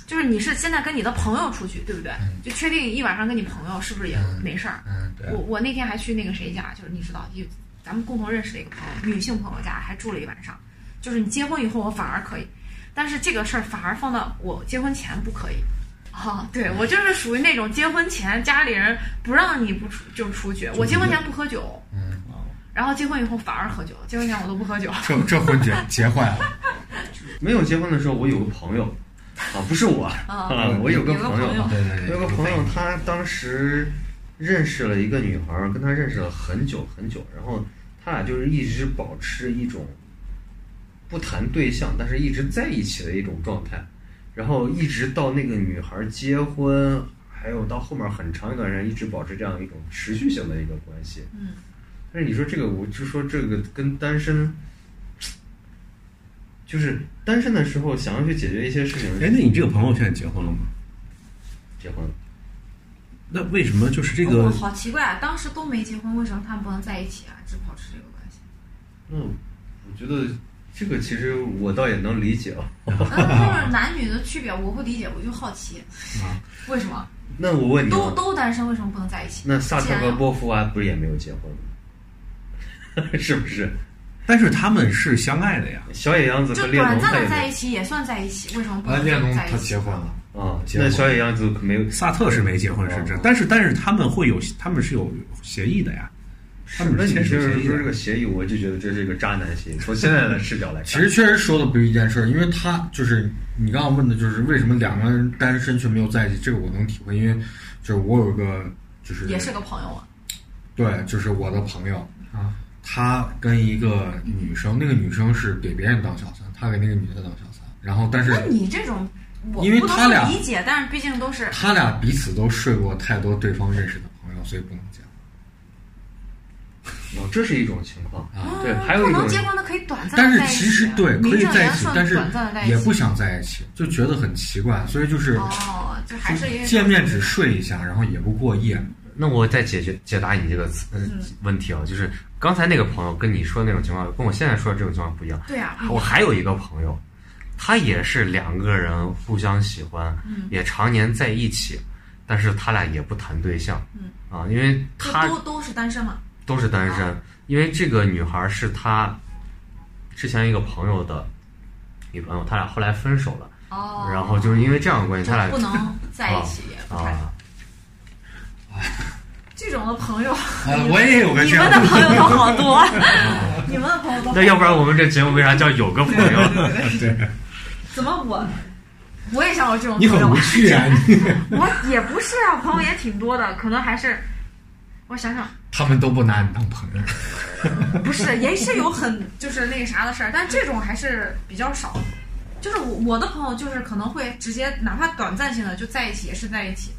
就是你是现在跟你的朋友出去，对不对？嗯就确定一晚上跟你朋友是不是也嗯没事儿？嗯，对我我那天还去那个谁家，就是你知道，就咱们共同认识的一个朋友，女性朋友家还住了一晚上。就是你结婚以后，我反而可以，但是这个事儿反而放到我结婚前不可以。啊，对我就是属于那种结婚前家里人不让你不出就出去，我结婚前不喝酒，啊嗯，然后结婚以后反而喝酒，结婚前我都不喝酒。 <laughs> 这这婚结结坏了。没有结婚的时候，我有个朋友，啊，不是我啊我有个有个朋朋友友，对对我有个朋友，他当时认识了一个女孩儿，跟他认识了很久很久，然后他俩就是一直保持一种不谈对象，但是一直在一起的一种状态，然后一直到那个女孩儿结婚，还有到后面很长一段时间，一直保持这样一种持续性的一个关系。嗯，但是你说这个，我就说这个跟单身。就是单身的时候想要去解决一些事情，哎，那你这个朋友现在结婚了吗？结婚了那为什么就是这个哦好奇怪啊！当时都没结婚，为什么他们不能在一起啊？只保持这个关 <laughs> 系？嗯，我觉得这个其实我倒也能理解啊。嗯，就是男女的区别，我不理解，我就好奇，为什么那我嗯问你啊，都都单身，为什么不能在一起？那萨特既和然波伏娃不是也没有结婚吗？ <laughs> 是不是？但是他们是相爱的呀，小野嗯洋子就和列侬短暂他也的在没一起也算在一起，为什么不啊，能真恋的童在他一起结？婚了，啊，结那婚小野洋子可没有萨特是没结婚是哦这，但是但是他们会有，他们是有协议的呀。他们那是你签就署是协议说这的个。协议，我就觉得这是一个渣男协议。从现在的视角来看，其实确实说的不是一件事儿，因为他就是你刚刚问的，就是为什么两个人单身却没有在一起，这个我能体会，因为就是我有一个就是也是个朋友啊，对，就是我的朋友啊，他跟一个女生，那个女生是给别人当小三，他给那个女的当小三，然后但是那你这种我因为不能他俩说理解，但是毕竟都是他俩彼此都睡过太多对方认识的朋友，所以不能结婚。哦，这是一种情况啊对，嗯还有不一种能结婚的可以短暂但的是在一起啊，其实对可名以正在一言起顺，但地是短暂的在一也起不想在一起，就觉得很奇怪，所以就是哦，就还是因为见面只睡一下，然后也不过夜。那我再解决解答你这个词呃嗯问题啊，就是刚才那个朋友跟你说的那种情况，跟我现在说的这种情况不一样。对啊，我还有一个朋友，他也是两个人互相喜欢，嗯也常年在一起，但是他俩也不谈对象，嗯啊，因为就他都啊都是单身嘛，都是单身，因为这个女孩是他之前一个朋友的女朋友，他俩后来分手了，哦，然后就是因为这样的关系，就他俩 <laughs> 不能在一哦起，也不太啊，这种的朋友，啊，我也有个哎你这样们的朋友都好多， <laughs> 你们的朋友都好多那要不然我们这节目为啥叫有个朋友？ <laughs> 怎么我我也想有这种你朋很友无，趣啊！你我也不是啊，朋友也挺多的，可能还是我想想，他们都不拿你当朋友，不是也是有很就是那个啥的事儿，但这种还是比较少。就是我我的朋友就是可能会直接哪怕短暂性的就在一起也是在一起，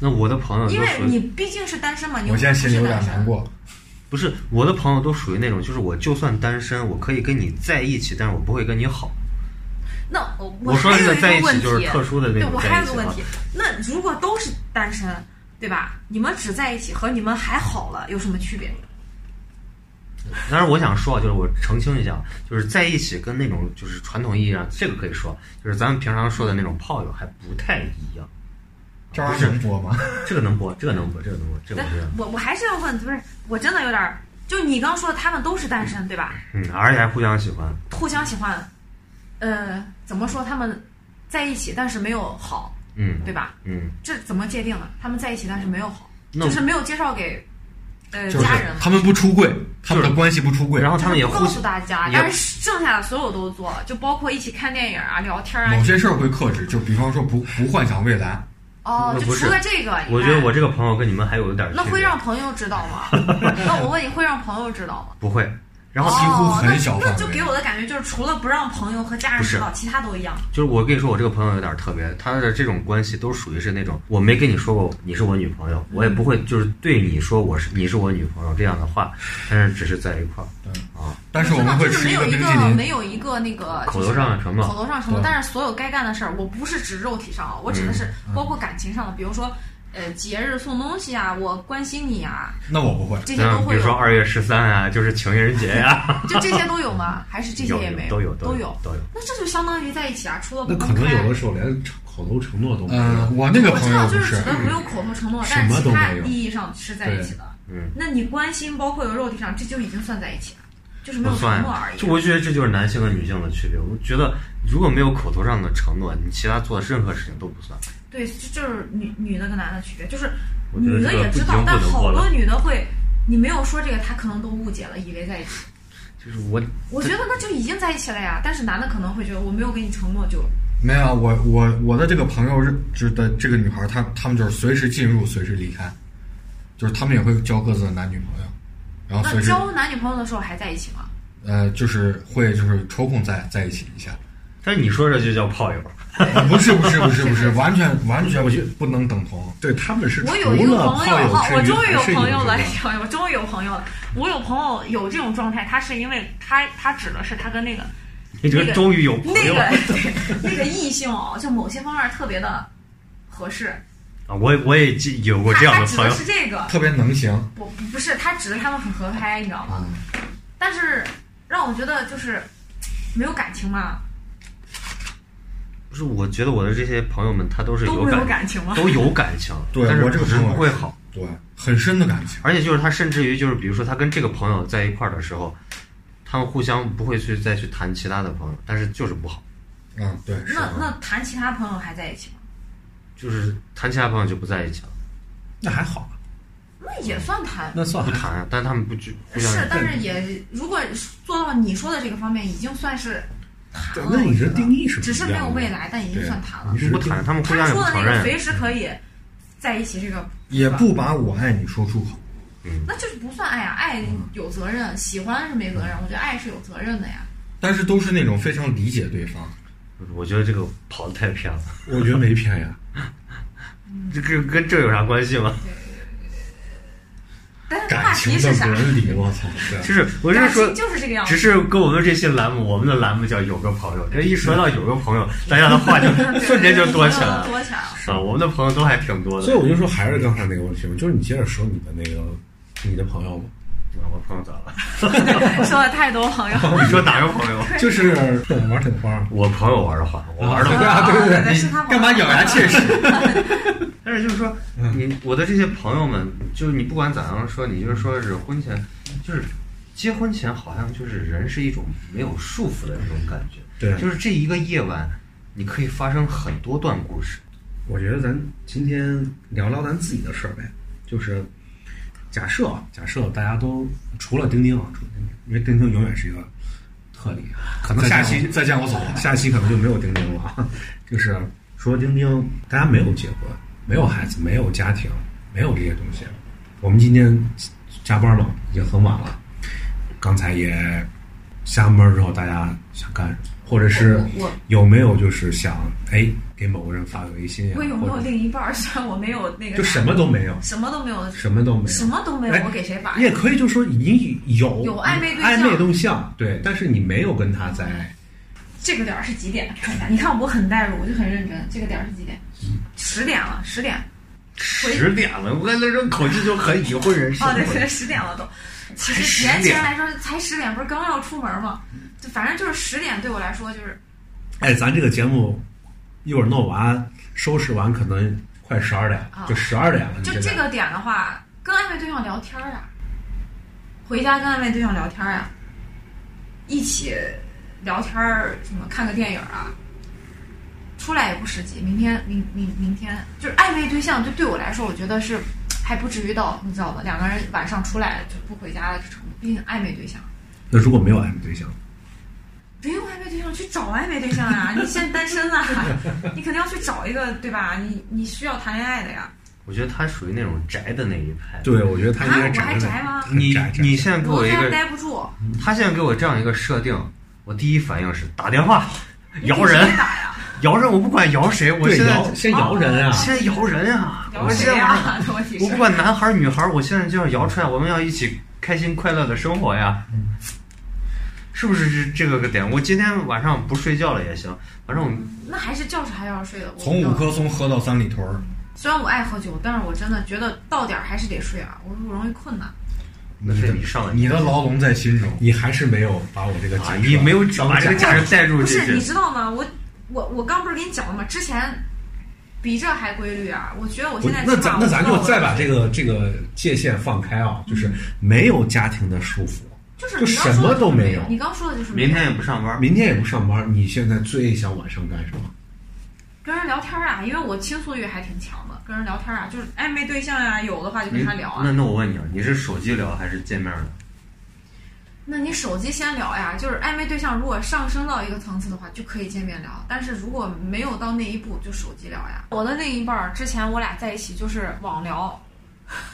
那我的朋友都因为属你于毕竟是单身嘛，你我现在心里有点不是单身难。过。不是我的朋友都属于那种，就是我就算单身，我可以跟你在一起，但是我不会跟你好。那我我说还的有那个一在一问起题，就是特殊的那对种我还在有一个起问啊题，，那如果都是单身，对吧？你们只在一起和你们还好了有什么区别？当然，我想说，啊，就是我澄清一下，啊就是在一起跟那种就是传统意义上这个可以说，就是咱们平常说的那种炮友还不太一样。这玩意儿能播吗？这个能播，这个能播，这个能播，这个对我觉得，，我我还是要问，不是我真的有点儿，就你刚说的他们都是单身，对吧？嗯，而且还互相喜欢，互相喜欢，呃，怎么说他们在一起但是没有好，嗯，对吧？嗯，这怎么界定的？他们在一起但是没有好，那就是没有介绍给呃就是家人嘛。他们不出柜，他们的关系不出柜，然后他们也不告互诉大家，也但是剩下的所有都做了，就包括一起看电影啊、聊天啊。某些事儿会克制，就比方说不不幻想未来。哦，就不是除了这个，我觉得我这个朋友跟你们还有一点哎区那别，会让朋友知道 <laughs> 吗？那我问你，会让朋友知道吗？不会。然后几乎很小哦范围那，那就给我的感觉就是，除了不让朋友和家人知道，其他都一样。就是我跟你说，我这个朋友有点特别，他的这种关系都属于是那种我没跟你说过你是我女朋友，我也不会就是对你说我是你是我女朋友这样的话，但是只是在一块儿但是我们会真的就是吃没一有个一冰个淇淋。没有一个那个口头上的承诺口头上承诺对，但是所有该干的事儿，我不是指肉体上啊，我指的是嗯包括感情上的，比如说呃节日送东西啊，我关心你啊，那我不会，这些都嗯，比会如说有，二月十三啊，就是情人节呀、就这些都有吗？还是这些有也没有都有都都有都有。那这就相当于在一起啊，除了不那公可能开有的时候连口头承诺都没呃，嗯有。我那个我朋知友道，不就是指，是的没有口头承诺，什但么是都其他没有意义上是在一起的。嗯，那你关心包括有肉体上，这就已经算在一起了，就是没不有承算诺而，已就。我觉得这就是男性和女性的区别。我觉得如果没有口头上的承诺，你其他做的任何事情都不算。对，这就是女女的跟男的区别，就是我觉得女这的个也不知已道经，但不能好过了多女的会，你没有说这个，她可能都误解了，以为在一起。就是我我觉得那就已经在一起了呀，但是男的可能会觉得我没有给你承诺就没有，我我我的这个朋友是指的这个女孩，她她们就是随时进入，随时离开，就是她们也会交各自的男女朋友，然后那随时交男女朋友的时候还在一起吗？呃就是会就是抽空在在一起一下， <laughs> 但是你说这就叫炮友，不是不是不是不是，完全完全不能等同。对他们是除我了有一个朋友哈，炮友我之余终于有还是朋友这了，你个知 <laughs> 道吗我终于有朋友了。我有朋友有这种状态，他是因为他他指的是他跟那个你这个终于有朋那友个了对 <laughs> 那个异性哦，就某些方面特别的合适。啊！我我也记有过这样他他的指朋的友，是这个，特别能行，不不不是他指的他们很合拍，你知道嗯吗？但是让我觉得就是没有感情嘛，不是？我觉得我的这些朋友们，他都是都有没有感感情嘛。都有感情，对但是我这个只是朋友不会好。对，很深的感情。而且就是他，甚至于就是，比如说他跟这个朋友在一块儿的时候，他们互相不会去再去谈其他的朋友，但是就是不好，嗯，对，是那那谈其他朋友还在一起吗？就是谈其他朋友就不在一起了，那还好，啊那嗯也算谈。那算不还好谈啊。但他们不去互相是，但是也如果做到你说的这个方面，已经算是谈对了。那你这我觉得定义是不只是一没样有的未来，但已经对算谈了你。是不谈，他们互他相也说不的承那个认。随时可以在一起，这个也不把我爱你说出口。那就是不算爱呀、爱有责任，喜欢是没责任。我觉得爱是有责任的呀。但是都是那种非常理解对方，我觉得这个跑的太 <laughs> 偏了，我觉得没偏呀。这个跟这有啥关系 <laughs> 吗？但是话感题情是的啥？伦理，我操！对就是我是感说情，就是这个样只子。是跟我们这期栏目，我们的栏目叫有个朋友，这一说到有个朋友，大家的话 <laughs> 就瞬间就多起来了。多起来了。啊，我们的朋友都还挺多的。所以我就说还是刚才那个问题嘛，就是你接着说你的那个你的朋友嘛，我朋友咋了？ <laughs> 说了太多朋友，你说哪个朋 <laughs> 友？就是 <laughs> 玩挺花。我朋友玩的花，我玩的花。啊对啊 <laughs> 对对哦对对是他干嘛咬牙切齿？ <laughs> 但是就是说，嗯你我的这些朋友们，就是你不管咋样说，你就是说是婚前，就是结婚前好像就是人是一种没有束缚的这种感觉，对就是这一个夜晚，你可以发生很多段故事。我觉得咱今天聊聊咱自己的事儿呗，就是假设啊假设大家都除了丁丁啊，除了丁丁，因为丁丁永远是一个特例，可能再下见期我再见我走了。下期可能就没有丁丁了。啊，就是说丁丁，大家没有结婚，没有孩子，没有家庭，没有这些东西。我们今天加班了，已经很晚了。刚才也下班之后，大家想干什么，或者是我我有没有就是想哎给某个人发个微信呀、我有没有或者另一半儿？虽然我没有那个，就什么都没有，什么都没有，什么都没有，什么都没哎有，我给谁发你？也可以就说你有有暧昧对暧象昧对象，对，但是你没有跟他在这个点儿是几点？看一下，你看我很代入，我就很认真。这个点儿是几点？十点了，十点。回十点了，我刚才这种口气就很已婚人士。哦，对对，十点了都。其实才10年轻点人来说才十点，不是刚要出门吗？就反正就是十点对我来说就是哎，咱这个节目一会儿弄完，收拾完可能快十二点了，啊就十二点了。你就现在这个点的话，跟暧昧对象聊天儿呀、回家跟暧昧对象聊天儿呀、啊一起聊天儿，什么看个电影儿啊，出来也不实际。明天，明明明天就是暧昧对象，就对我来说，我觉得是还不至于到你知道吧？两个人晚上出来就不回家的这程度，毕竟暧昧对象。那如果没有暧昧对象，没有暧昧对象，去找暧昧对象啊！你现在单身啊， <laughs> 你肯定要去找一个，对吧？你你需要谈恋爱的呀。我觉得他属于那种宅的那一派。，对我觉得他应该啊我还宅宅吗的。很你宅宅你现在给我我一在家个，待不住，他现在给我这样一个设定，我第一反应是打电话摇你人谁，打呀？摇人，我不管摇谁，我对现在摇先摇人啊，现在摇人啊，聊我现谁在呀我？这问题我不是。管男孩儿女孩儿，我现在就要摇出来，我们要一起开心快乐的生活呀，是不是这这个个点？我今天晚上不睡觉了也行，反正我们那还是觉着还要睡的。我从五棵松喝到三里屯儿，嗯虽然我爱喝酒，但是我真的觉得到点儿还是得睡啊，我我容易困难。那是啊你上来你的牢笼在心中。你还是没有把我这个啊，假设你没有当把这个假假设人带入不进是，你去，知道吗？我我我刚不是跟你讲了吗？之前比这还规律啊！我觉得我不现是在那起码咱我那咱知道就我再把这个这个界限放开啊，就是没有家庭的束缚，就是就你刚什说么的都就是没没有你刚说的就是没明有天也不上班，啊明天也不上班，你现在最想晚上干什么？跟人聊天儿啊，因为我倾诉欲还挺强的，跟人聊天儿啊，就是暧昧啊对象呀、有的话就跟他聊那啊。那我问你啊，你是手机聊还是见面聊？那你手机先聊呀，就是暧昧对象如果上升到一个层次的话，就可以见面聊。但是如果没有到那一步，就手机聊呀。我的另一半儿之前我俩在一起就是网聊， <laughs>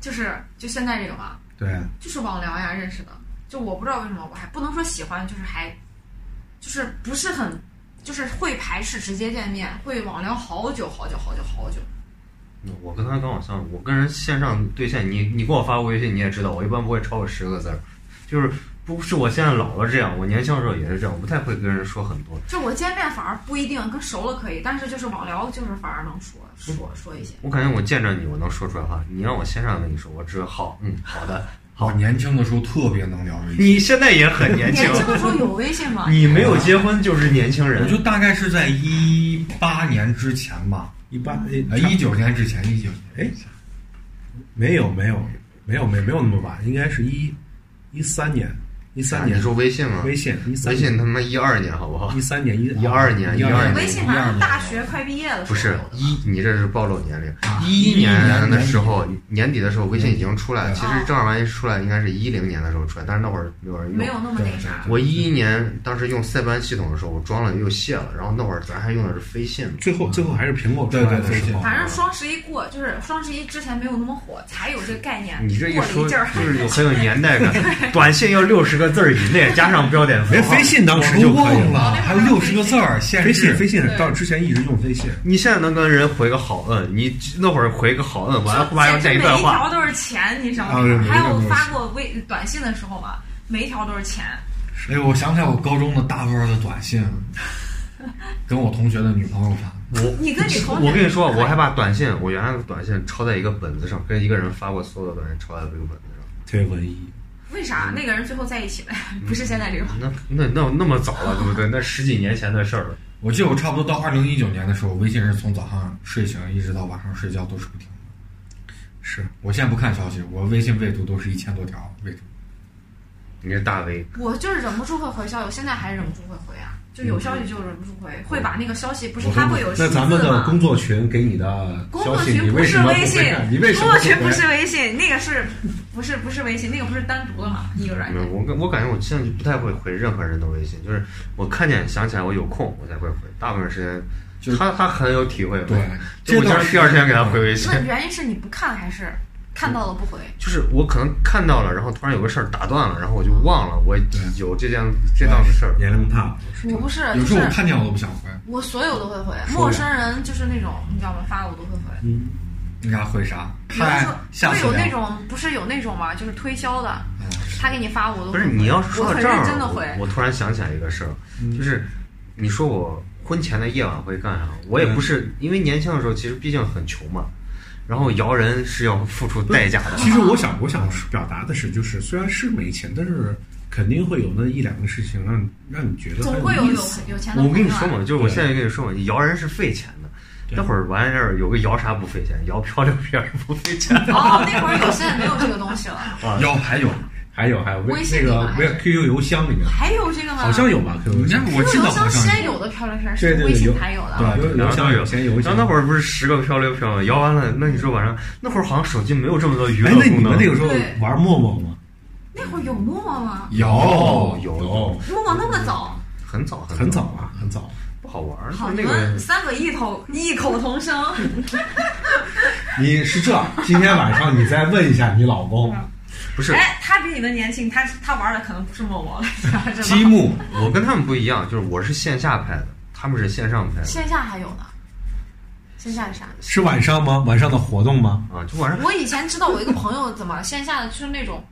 就是就现在这个嘛，对，就是网聊呀认识的。就我不知道为什么我还不能说喜欢，就是还就是不是很就是会排斥直接见面，会网聊好久好久好久好久。我跟他刚好相反，我跟人线上对线，你你给我发个微信，你也知道，我一般不会超过十个字儿，就是不是我现在老了这样，我年轻的时候也是这样，我不太会跟人说很多。就我见面反而不一定跟熟了可以，但是就是网聊就是反而能说说说一些。我感觉我见着你，我能说出来话，你让我线上跟你说，我只会好，嗯，好的，我好。年轻的时候特别能聊这嗯 <laughs> 些，你现在也很年轻年，轻的时候有微信吗？你没有结婚就是年轻人我。就大概是在一八年之前吧，一般呃，一九年之前，一九年，哎，没有没有没有没有没有那么晚，应该是一一三年，一三年你说微信吗？微信一三微信他妈一二年好不好一？三年一12年一12微信好像是大学快毕业的时候不是有的一，你这是暴露年龄。一一一年年的时候，年底的时候，微信已经出来了。对其实正儿八经出来，应该是一零年的时候出来，但是那会儿没有人没有用。那么那啥。我一一年当时用塞班系统的时候，我装了又卸了，然后那会儿咱还用的是飞信嘛。最后最后还是苹果出对对来的对时候，反正双十一过，就是双十一之前没有那么火，才有这个概念。哎你这一过了说 <laughs> 一阵儿，就是有很有年代 <laughs> 感。短信要六十个字儿以内，加上标点符没号。飞信当时我就都可以忘。了，还有六十个字儿，限飞信制飞信到之前一直用飞信，你现在能跟人回个好摁，你那会儿回个好摁，完了后面要简带一直 <laughs> 每段一话。条都是钱，你知道吗啊对每？一还条有都是钱发过微短信的时候吧，每一条都是钱。哎呦，我想起来我高中的大腕儿的短信，跟我同学的女朋友发。我你跟你同学，我跟你说，我还把短信，我原来的短信抄在一个本子上，跟一个人发过所有的短信抄在一个本子上。特别文艺。为啥那个人最后在一起了？ <laughs> 不是现在这种。那那那那么早了，对不对？那十几年前的事儿了。我记得我差不多到二零一九年的时候，微信是从早上睡醒一直到晚上睡觉都是不停的。是我现在不看消息，我微信未读都是一千多条未读。你是大 V，我就是忍不住会回消息，我现在还忍不住会回啊，就有消息就忍不住回，会把那个消息不是我它跟会有那数字咱们的吗工作群给你的工消作息，你群为不什是么不微回信看？你为，什工么作不回群不看？是微信，那个是不是不是微信？那个不是单独的嘛，一个软件。嗯我感我感觉我现在就不太会回任何人的微信，就是我看见想起来我有空我才会回，大部分时间就是他他很有体会，对，就我这竟段然第二天给他回微信那，原因是你不看还是看到了不回？就是我可能看到了，然后突然有个事儿打断了，然后我就忘了我有这件这档子事儿。年龄大，我不是，有就时候是我看见我都不想回，我所有都会回，说陌生人就是那种你知道吗？发我都会回。嗯，你啥回啥。有的嗨时候，下会次有聊那种不是有那种嘛，就是推销的，嗯他给你发我都不会是回你要是说我到很这儿嗯认真的回，我，我突然想起来一个事儿，就是你说我婚前的夜晚会干啥？我也不是因为年轻的时候，其实毕竟很穷嘛，然后摇人是要付出代价的。其实我想，我想表达的是，就是虽然是没钱，但是肯定会有那一两个事情让让你觉得总会很有意有思。有钱的。啊我跟你说嘛，，就是我对现在跟你说嘛，你摇人是费钱的。对那会儿完事儿有个摇啥不费钱，摇漂流片儿不费钱。哦，那会儿有现在没有这个东西了，嗯有还有，还有还有微微信那里个吗没有 QQ 邮箱里面还有这个吗？好像有吧？QQ 你邮看箱我记得邮好箱像先有的漂流瓶对是对微信有才有的。对邮邮箱有先邮然箱后。那会儿不是十个漂流瓶儿摇完了，那你说晚上那会儿好像手机没有这么多娱乐哎，那你功能。们那个时候对玩陌陌吗？那会儿有陌陌吗？有有有，陌陌那么早，很早很很早啊，很早。不好玩儿。好，嗯那你个们三个异口异口同声，你是这，今天晚上你再问一下你老公，不是哎，他比你们年轻，他他玩的可能不是陌陌了， <laughs> 是吧 <laughs> 积木，我跟他们不一样，就是我是线下拍的，他们是线上拍的线下还有呢，线下是啥？是晚上吗？晚上的活动吗？啊，就晚上我以前知道我一个朋友怎么线下的就是那种，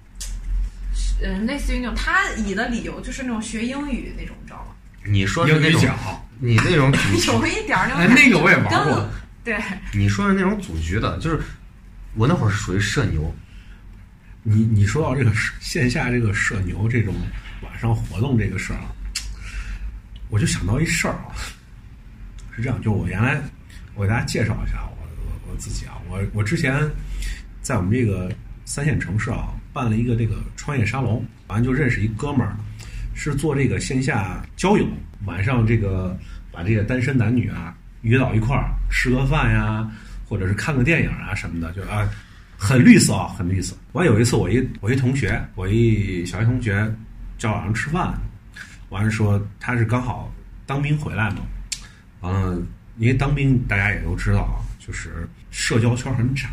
嗯，类似于那种他以的理由就是那种学英语那种，你知道吗？你说的英那语种角，你那种组局， <laughs> 有一点儿那种哎，感觉。那个我也玩跟过我，对，你说的那种组局的，就是我那会儿是属于社牛，你你说到这个社线下这个社牛这种晚上活动这个事儿啊，我就想到一事儿啊，是这样，就我原来我给大家介绍一下我我我自己啊，我我之前在我们这个三线城市啊办了一个这个创业沙龙，完就认识一哥们儿，是做这个线下交友，晚上这个把这个单身男女啊约到一块儿吃个饭呀，或者是看个电影啊什么的，就啊很绿色啊，很绿色。我有一次，我一我一同学，我一小学同学叫晚上吃饭，完了说他是刚好当兵回来嘛，完了因为当兵大家也都知道啊，就是社交圈很窄。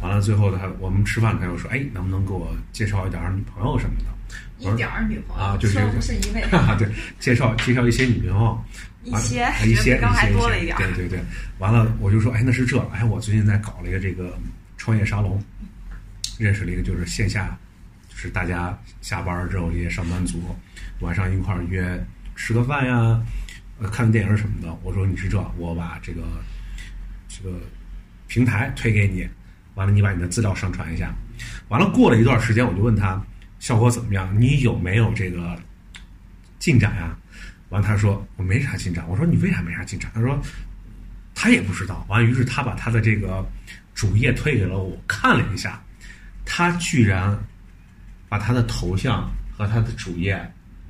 完了最后他我们吃饭，他又说，哎，能不能给我介绍一点儿女朋友什么的？ <laughs> 一点儿女朋友啊就是说的不是一位，哈哈，对，介绍介绍一些女朋友，一完些啊 <laughs> 一些，刚还一些多了一点儿对对对，完了我就说，哎，那是这，哎，我最近在搞了一个这个创业沙龙，认识了一个就是线下，就是大家下班之后这些上班族，晚上一块儿约吃个饭呀，呃，看个电影什么的。我说你是这，我把这个这个平台推给你，完了你把你的资料上传一下。完了过了一段时间，我就问他效果怎么样，你有没有这个进展呀、完了他说我没啥进展。我说你为啥没啥进展？他说他也不知道。完了，于是他把他的这个主页推给了我，看了一下，他居然把他的头像和他的主页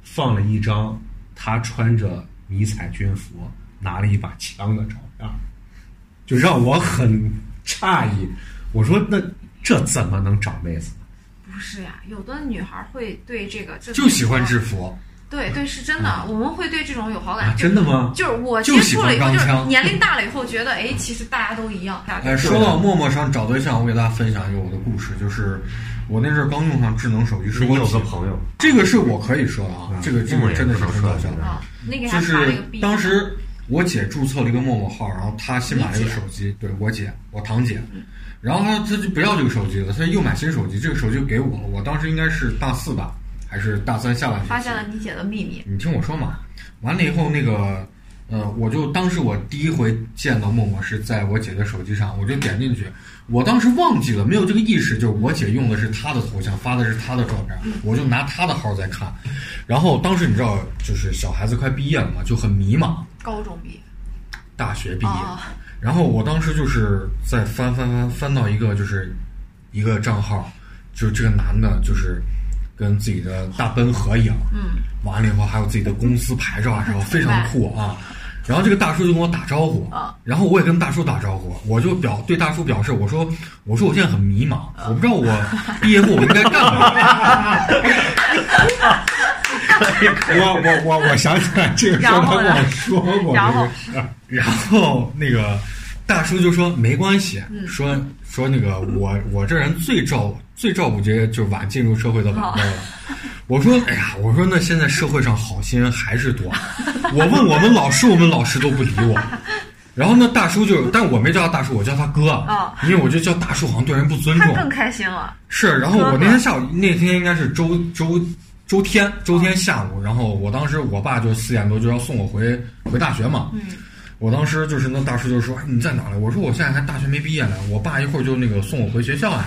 放了一张他穿着迷彩军服、拿了一把枪的照片儿，就让我很诧异。我说那这怎么能找妹子？不是呀，有的女孩会对这个这就喜欢制服，对对是真嗯的，我们会对这种有好啊感，，真的吗？就是我接就喜触了欢以后，钢就是枪年龄大了以后，觉得哎，其实大家都一样。大家哎，都说到陌陌上找对象，我给大家分享一个我的故事，就是我那阵儿刚用上智能手机，是你我有姐个朋友， <laughs> 这个是我可以说的啊，这个这陌陌个也真的是不能很搞说笑这个。啊，那给就他发了一是个 B，当时我姐注册了一个陌陌号，然后她新买了一个手机，对我姐，我堂姐，嗯然后她她就不要这个手机了，她又买新手机，这个手机就给我了。我当时应该是大四吧，还是大三下半学期？发现了你姐的秘密，你听我说嘛，完了以后那个，呃，我就当时我第一回见到陌陌是在我姐的手机上，我就点进去，我当时忘记了，没有这个意识，就是我姐用的是她的头像，发的是她的照片，我就拿她的号在看，然后当时你知道，就是小孩子快毕业了嘛，就很迷茫，高中毕业大学毕业，啊，然后我当时就是在翻翻翻翻到一个就是一个账号，就是这个男的，就是跟自己的大奔合影，嗯，完了以后还有自己的公司牌照啊什么，非常酷啊。嗯然后这个大叔就跟我打招呼啊，然后我也跟大叔打招呼，我就表对大叔表示，我说我说我现在很迷茫，我不知 <laughs> 道我毕业后我应该干嘛。我我我我想起来这个事儿，然他后呢跟我说过然这后个事儿，然后那个大叔就说没关系，嗯说说那个我我这人最照最照顾这些就晚进入社会的晚辈了。我说，哎呀，我说那现在社会上好心人还 <laughs> 是多。我问我们老师，我们老师都不理我。然后呢，大 <laughs> 叔就，但我没叫他大叔，我叫他哥，啊哦因为我觉得叫大叔好像对人不尊他重。更开心了，是，然后我那天下午，那天应该是周周周天，周天下午，然后我当时我爸就四点多就要送我回回大学嘛，嗯，我当时就是那大叔就说哎你在哪儿了？我说我现在还大学没毕业呢，我爸一会儿就那个送我回学校呀、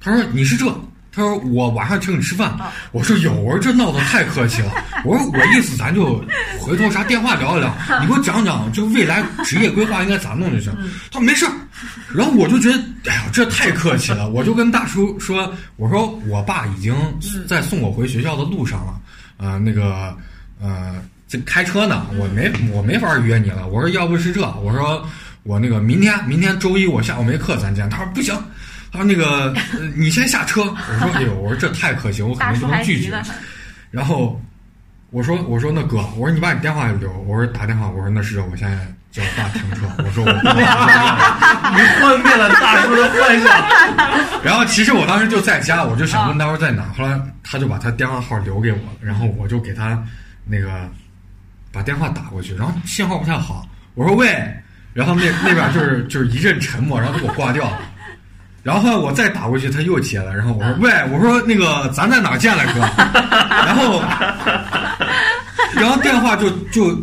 他说你是这，他说我晚上请你吃饭，我说有，我说这闹得太客气了， <laughs> 我说我意思咱就回头啥电话聊一聊，你给我讲讲这个未来职业规划应该咋弄就行。嗯他说没事 <laughs> 儿，然后我就觉得哎呀这太客气了，我就跟大叔说，我说我爸已经嗯在送我回学校的路上了，呃那个呃这开车呢，我没嗯我没法约你了，我说要不是这，我说我那个明天明天周一我下午没课咱见，他说不行。他说：“那个，呃你先下车。”我 <laughs> 说：“哎呦，我说这太可惜，我肯大定叔不能还拒急绝得。很，”然后我说：“我说那哥，我说你把你电话留，我说打电话，我说那是我现在叫我爸停车，我说我不能。你幻灭了大叔的幻想。然后其实我当时就在家，我就想问大叔在哪，后来他就把他电话号留给我了，然后我就给他那个把电话打过去，然后信号不太好，我说喂，然后那那边就是就是一阵沉默，然后就给我挂掉了。然后后来我再打过去，他又接了，然后我说喂，我说那个咱在哪儿见来哥？然后然后电话就就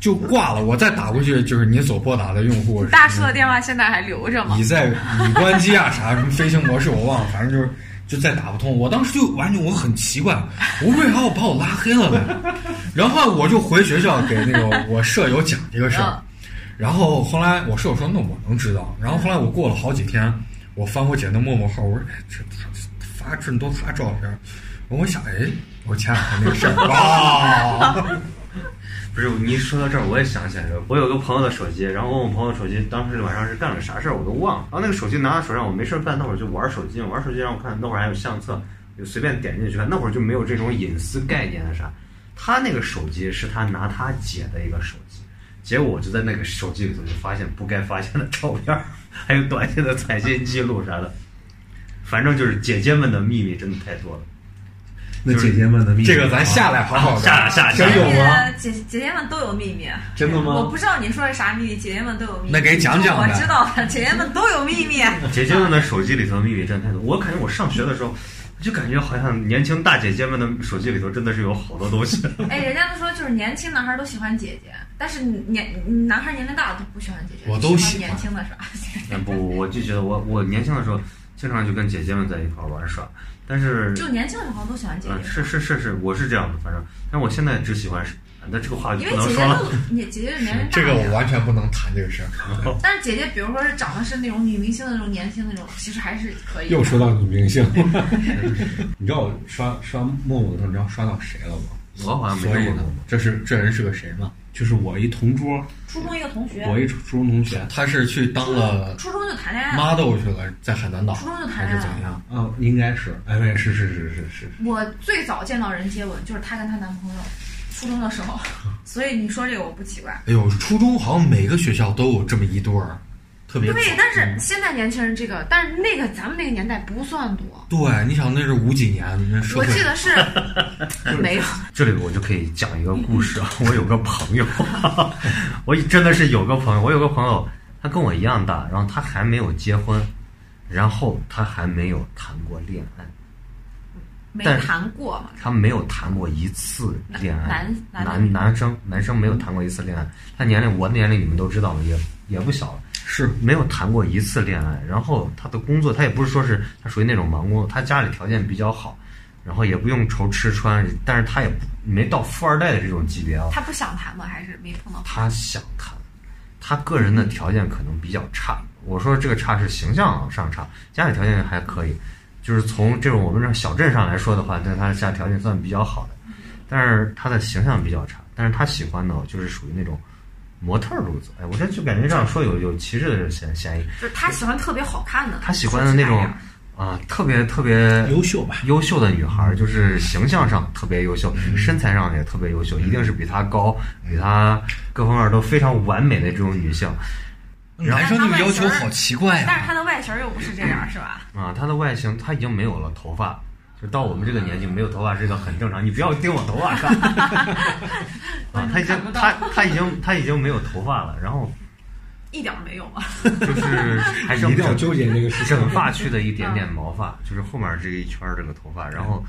就挂了，我再打过去就是你所拨打的用户是大叔的电话现在还留着嗯吗你？在你关机啊啥什么飞行模式我忘了，反正就是就再打不通。我当时就完全我很奇怪，我为啥要把我拉黑了呢？然后我就回学校给那个我舍友讲这个事儿嗯，然后后来我舍友说那我能知道。然后后来我过了好几天，我翻我姐那陌陌号，我说哎这他发这么多他照片儿，我想哎我前两天那个事儿哇。不是你一说到这儿，我也想起来了，我有个朋友的手机，然后我朋友手机当时晚上是干了啥事儿我都忘了，然后那个手机拿在手上，我没事儿干，那会儿就玩手机，玩手机让我看那会儿还有相册，就随便点进去看，那会儿就没有这种隐私概念的啥。他那个手机是他拿他姐的一个手机，结果我就在那个手机里头就发现不该发现的照片儿，还有短信的 <laughs> 彩信记录啥的，反正就是姐姐们的秘密真的太多了。那姐姐们的秘密，这个咱啊下来好好聊。啊下下下真有吗？姐姐姐们都有秘密，真的吗我不知道你说的啥秘密，姐姐们都有秘密。那给讲讲呗我知道了，姐姐们都有秘密。姐姐们的手机里头的秘密真的太多，我感觉我上学的时候，就感觉好像年轻大姐姐们的手机里头真的是有好多东 <laughs> 西。哎，人家都说就是年轻男孩都喜欢姐姐，但是年男孩年龄大了都不喜欢姐姐，我都喜喜欢年轻的是吧？ <laughs> 嗯不，我就觉得我我年轻的时候经常就跟姐姐们在一块儿玩耍，但是就年轻的时候都喜欢姐嗯、姐，是是是是，我是这样的，反正，但我现在只喜欢是，呃那这个话就因不为能姐姐说 <laughs> 了。都你姐姐年龄大这个了呀我完全不能谈这个事儿。但是姐姐，比如说是长得是那种女明星的那种年轻的那种，其实还是可以的。又说到女明 <laughs> 星，你知道我刷刷陌陌的时候，你知道刷到谁了吗？我啊好像没所以用呢过，这是这人是个谁呢？就是我一同桌，初中一个同学，我一初中同学，他是去当了初中就谈恋爱了， model 去了，在海南岛，初中就谈还恋是爱怎了么。样？啊，应该是，哎，喂，是是是是是，我最早见到人接吻就是她跟她男朋友，初中的时 <laughs> 候，所以你说这个我不奇怪。哎呦，初中好像每个学校都有这么一对儿，特别嗯对，但是现在年轻人这个，但是那个咱们那个年代不算多，对，你想那是五几年，那社我会记 <laughs> 得是没有。这里我就可以讲一个故 <laughs> 事啊。我有个朋友， <laughs> 我真的是有个朋友，我有个朋友，他跟我一样大，然后他还没有结婚，然后他还没有谈过恋爱。没但是谈过嘛？他没有谈过一次恋爱，男男男男生男生没有谈过一次恋爱，他年龄我的年龄你们都知道了，也也不小了，是没有谈过一次恋爱。然后他的工作，他也不是说是他属于那种忙工作，他家里条件比较好，然后也不用愁吃穿，但是他也不没到富二代的这种级别啊。他不想谈吗？还是没碰到？他想谈，他个人的条件可能比较差。我说这个差是形象上差，家里条件还可以，就是从这种我们这小镇上来说的话，那他家条件算比较好的，但是他的形象比较差。但是他喜欢的就是属于那种模特路子。哎，我这就感觉这样说有有歧视的嫌嫌疑。就是他喜欢特别好看的，他喜欢的那种说起来呀啊、特别特别优秀吧？优秀的女孩儿，就是形象上特别优秀，嗯身材上也特别优秀，一定是比她高，比她各方面都非常完美的这种女性男生这个要求好奇怪但是呀、他的外形又不是这样，是吧？啊。她的外形，她已经没有了头发，就到我们这个年纪没有头发是一个很正常。你不要盯我头 <laughs> 发看啊，她已经她她已经她已经没有头发了，然后一点儿没有啊。 <laughs> 就是还你一剩定要嗯纠结这个事情。整发区的一点点毛发，就是后面这一圈儿这个头发，然后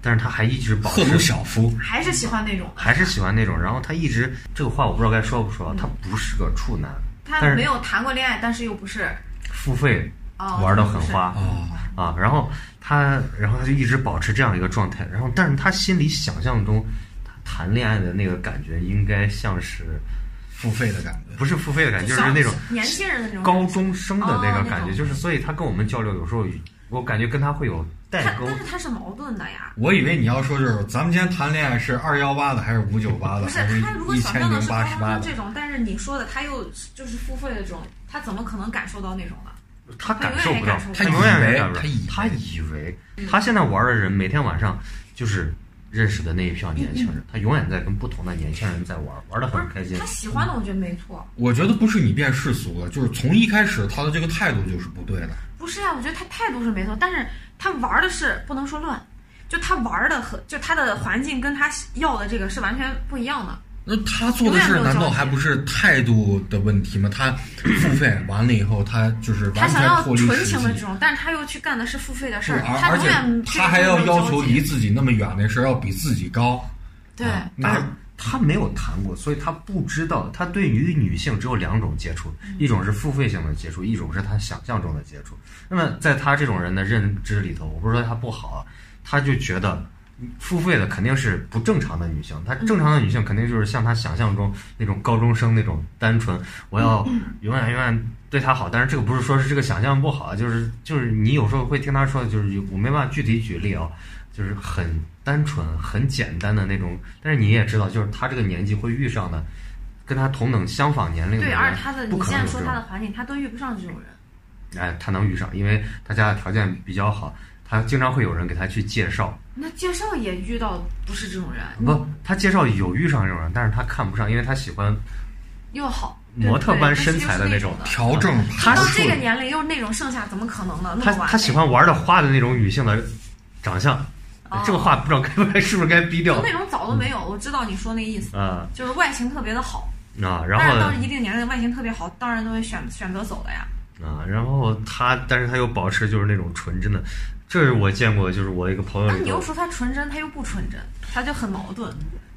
但是她还一直保赫持鲁晓夫，还是喜欢那种，还是喜欢那种。然后他一直这个话我不知道该说不说，他不是个处男，但他是没有谈过恋爱，但是又不是付费哦，玩的很不是。花啊，哦啊。然后他，然后他就一直保持这样一个状态。然后，但是他心里想象中，他谈恋爱的那个感觉应该像是付费的感觉。不是付费的感觉，就是小那种年轻人的那种高中生的那哦个那感觉。种就是所以他跟我们交流有时候，我感觉跟他会有代他沟但。是他是矛盾的呀。我以为你要说就是咱们今天谈恋爱是二幺八的，还是五九八的，不是还他如果一想千象的零是高八中十八生的？这种，但是你说的他又就是付费的这种，他怎么可能感受到那种呢？他感受不到，他永永远远没没感受到感受到他以为他现在玩的人，每天晚上就是认识的那一票年轻人，他永远在跟不同的年轻人在玩，玩的不很开是心他。喜欢的，我觉得没错。我觉得不是你变世俗了，就是从一开始他的这个态度就是不对的。不是啊呀、我觉得他态度是没错，但是他玩的是不能说乱，就他玩的和就他的环境跟他要的这个是完全不一样的。那他做的事儿难道还不是态度的问题吗？他付费完了以后，他就是他完想全要脱离纯实际情的这。种，但是他又去干的是付费的事是，儿，而他而永且远这他个还要没有要交求集离自己那么远的事儿要比自己高，对。但是他没有谈过，所以他不知道。他对于女性只有两种接触，一种是付费性的接触，一种是他想象中的接触。那么在他这种人的认知里头，我不是说他不好啊，他就觉得付费的肯定是不正常的女性，她正常的嗯女性肯定就是像她想象中那种高中生那种单纯，我要永远永远对他好，但是这个不是说是这个想象不好，啊就是就是你有时候会听他说，就是我没办法具体举例啊，就是很单纯、很简单的那种，但是你也知道，就是他这个年纪会遇上的，跟他同等相仿年龄的对，人，而且他的不你可能现在有这说种他的环境，他都遇不上这种人。哎，他能遇上，因为他家的条件比较好，他经常会有人给他去介绍。那介绍也遇到不是这种人，不，他介绍有遇上这种人，但是他看不上，因为他喜欢又好模特般身材的的那种的。调整他他爬到树这个，年龄又那种盛夏，怎么可能呢？那他么完他喜欢玩的花的那种女性的长相。哦这个话不知道该不该是不是该逼掉就那种早都没有。我知道你说那个意思，啊就是外形特别的好，啊，然但后是到呢了一定年龄，外形特别好，当然都会选选择走了呀。啊，然后他，但是他又保持就是那种纯真的，这是我见过，就是我一个朋友但里你头又说他纯真，他又不纯真，他就很矛盾。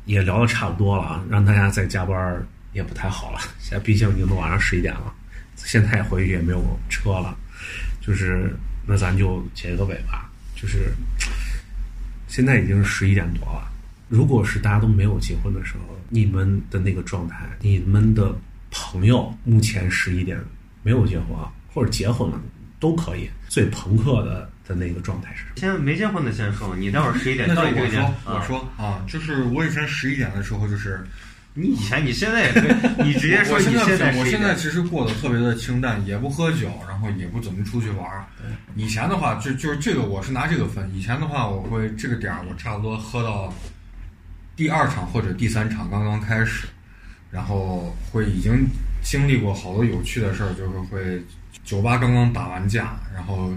也聊的差不多了啊，让大家再加班儿也不太好了。现在毕竟已经都晚上十一点了，现在回去也没有车了，就是那咱就结个尾吧。就是现在已经是十一点多了，如果是大家都没有结婚的时候，你们的那个状态，你们的朋友目前十一点没有结婚啊，或者结婚了都可以，最朋克的的那个状态是什么？先没结婚的先说嘛，你待会儿十一点那就到我你这个年说，啊我说啊，就是我以前十一点的时候，就是你以前你现在也可以，你直接说我你现现在我11现在 <laughs> 点其实过得特别的清淡，也不喝酒，然后也不怎么出去玩儿。以前的话，就就是这个，我是拿这个分。以前的话，我会这个点儿，我差不多喝到第二场或者第三场刚刚开始，然后会已经经历过好多有趣的事儿，就是会酒吧刚刚打完架，然后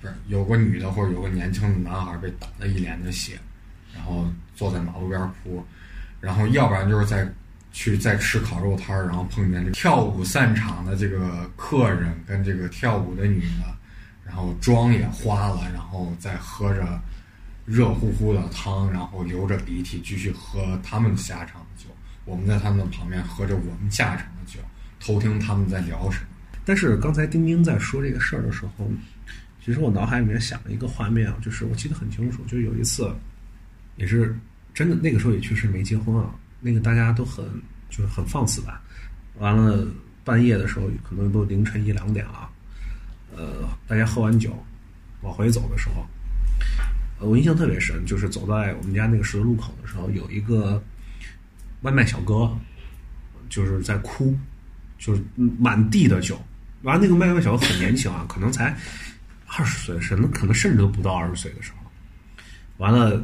不是有个女的或者有个年轻的男孩被打的一脸的血，然后坐在马路边儿哭，然后要不然就是在去再吃烤肉摊儿，然后碰见这个跳舞散场的这个客人跟这个跳舞的女的，然后妆也花了，然后再喝着热乎乎的汤，然后流着鼻涕继续喝他们下场的酒，我们在他们的旁边喝着我们下场的酒，偷听他们在聊什么。但是刚才丁丁在说这个事儿的时候，其实我脑海里面想了一个画面啊，就是我记得很清楚，就有一次，也是真的那个时候也确实没结婚啊，那个大家都很就是很放肆吧，完了半夜的时候可能都凌晨一两点了，呃，大家喝完酒往回走的时候，呃我印象特别深，就是走在我们家那个十字路口的时候，有一个外卖小哥就是在哭，就是满地的酒。完了，那个卖药小哥很年轻啊，可能才二十岁，甚至可能甚至都不到二十岁的时候。完了，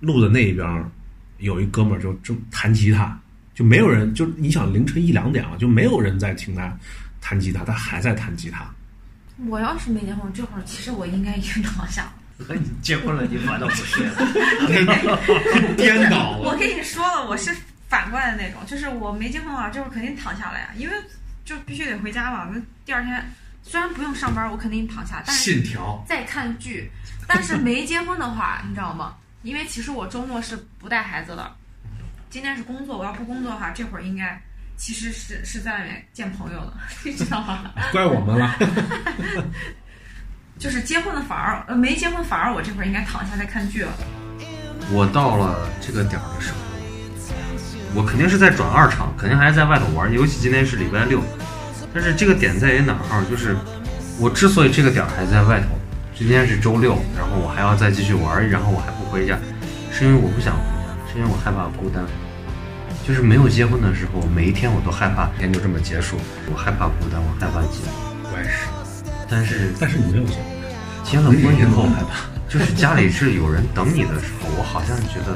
路的那一边儿有一哥们儿就就弹吉他，就没有人，就你想凌晨一两点了，啊就没有人在听他弹吉他，他还在弹吉他。我要是没结婚，这会儿其实我应该已经躺下了。你结婚了，你反倒不睡了。颠哦倒了，我跟你说了，我是反过来的那种，就是我没结婚啊，这会儿肯定躺下了呀，因为就必须得回家嘛。那第二天虽然不用上班，我肯定躺下，但是哎信条。在看剧。但是没结婚的话，你知道吗？因为其实我周末是不带孩子的，今天是工作，我要不工作的话，这会儿应该其实是是在外面见朋友的， <laughs> 你知道吗？怪我们了，就是结婚的反而呃没结婚反而我这会儿应该躺下在看剧了。我到了这个点儿的时候，我肯定是在转二场，肯定还是在外头玩儿，尤其今天是礼拜六。但是这个点在于哪儿？就是我之所以这个点儿还在外头，今天是周六，然后我还要再继续玩儿，然后我还不回家，是因为我不想回家，是因为我害怕孤单。就是没有结婚的时候，每一天我都害怕一天就这么结束，我害怕孤单，我害怕寂寞。我也是，但是但是你没有钱。结了婚以后，就是家里是有人等你的时候，我好像觉得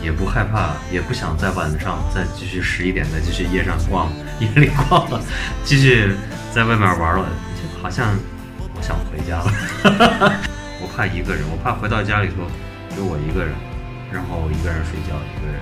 也不害怕，也不想在晚上再继续十一点再继续夜上逛，夜里逛了，继续在外面玩了，就好像我想回家了。 <laughs> 我怕一个人，我怕回到家里头就我一个人，然后一个人睡觉，一个人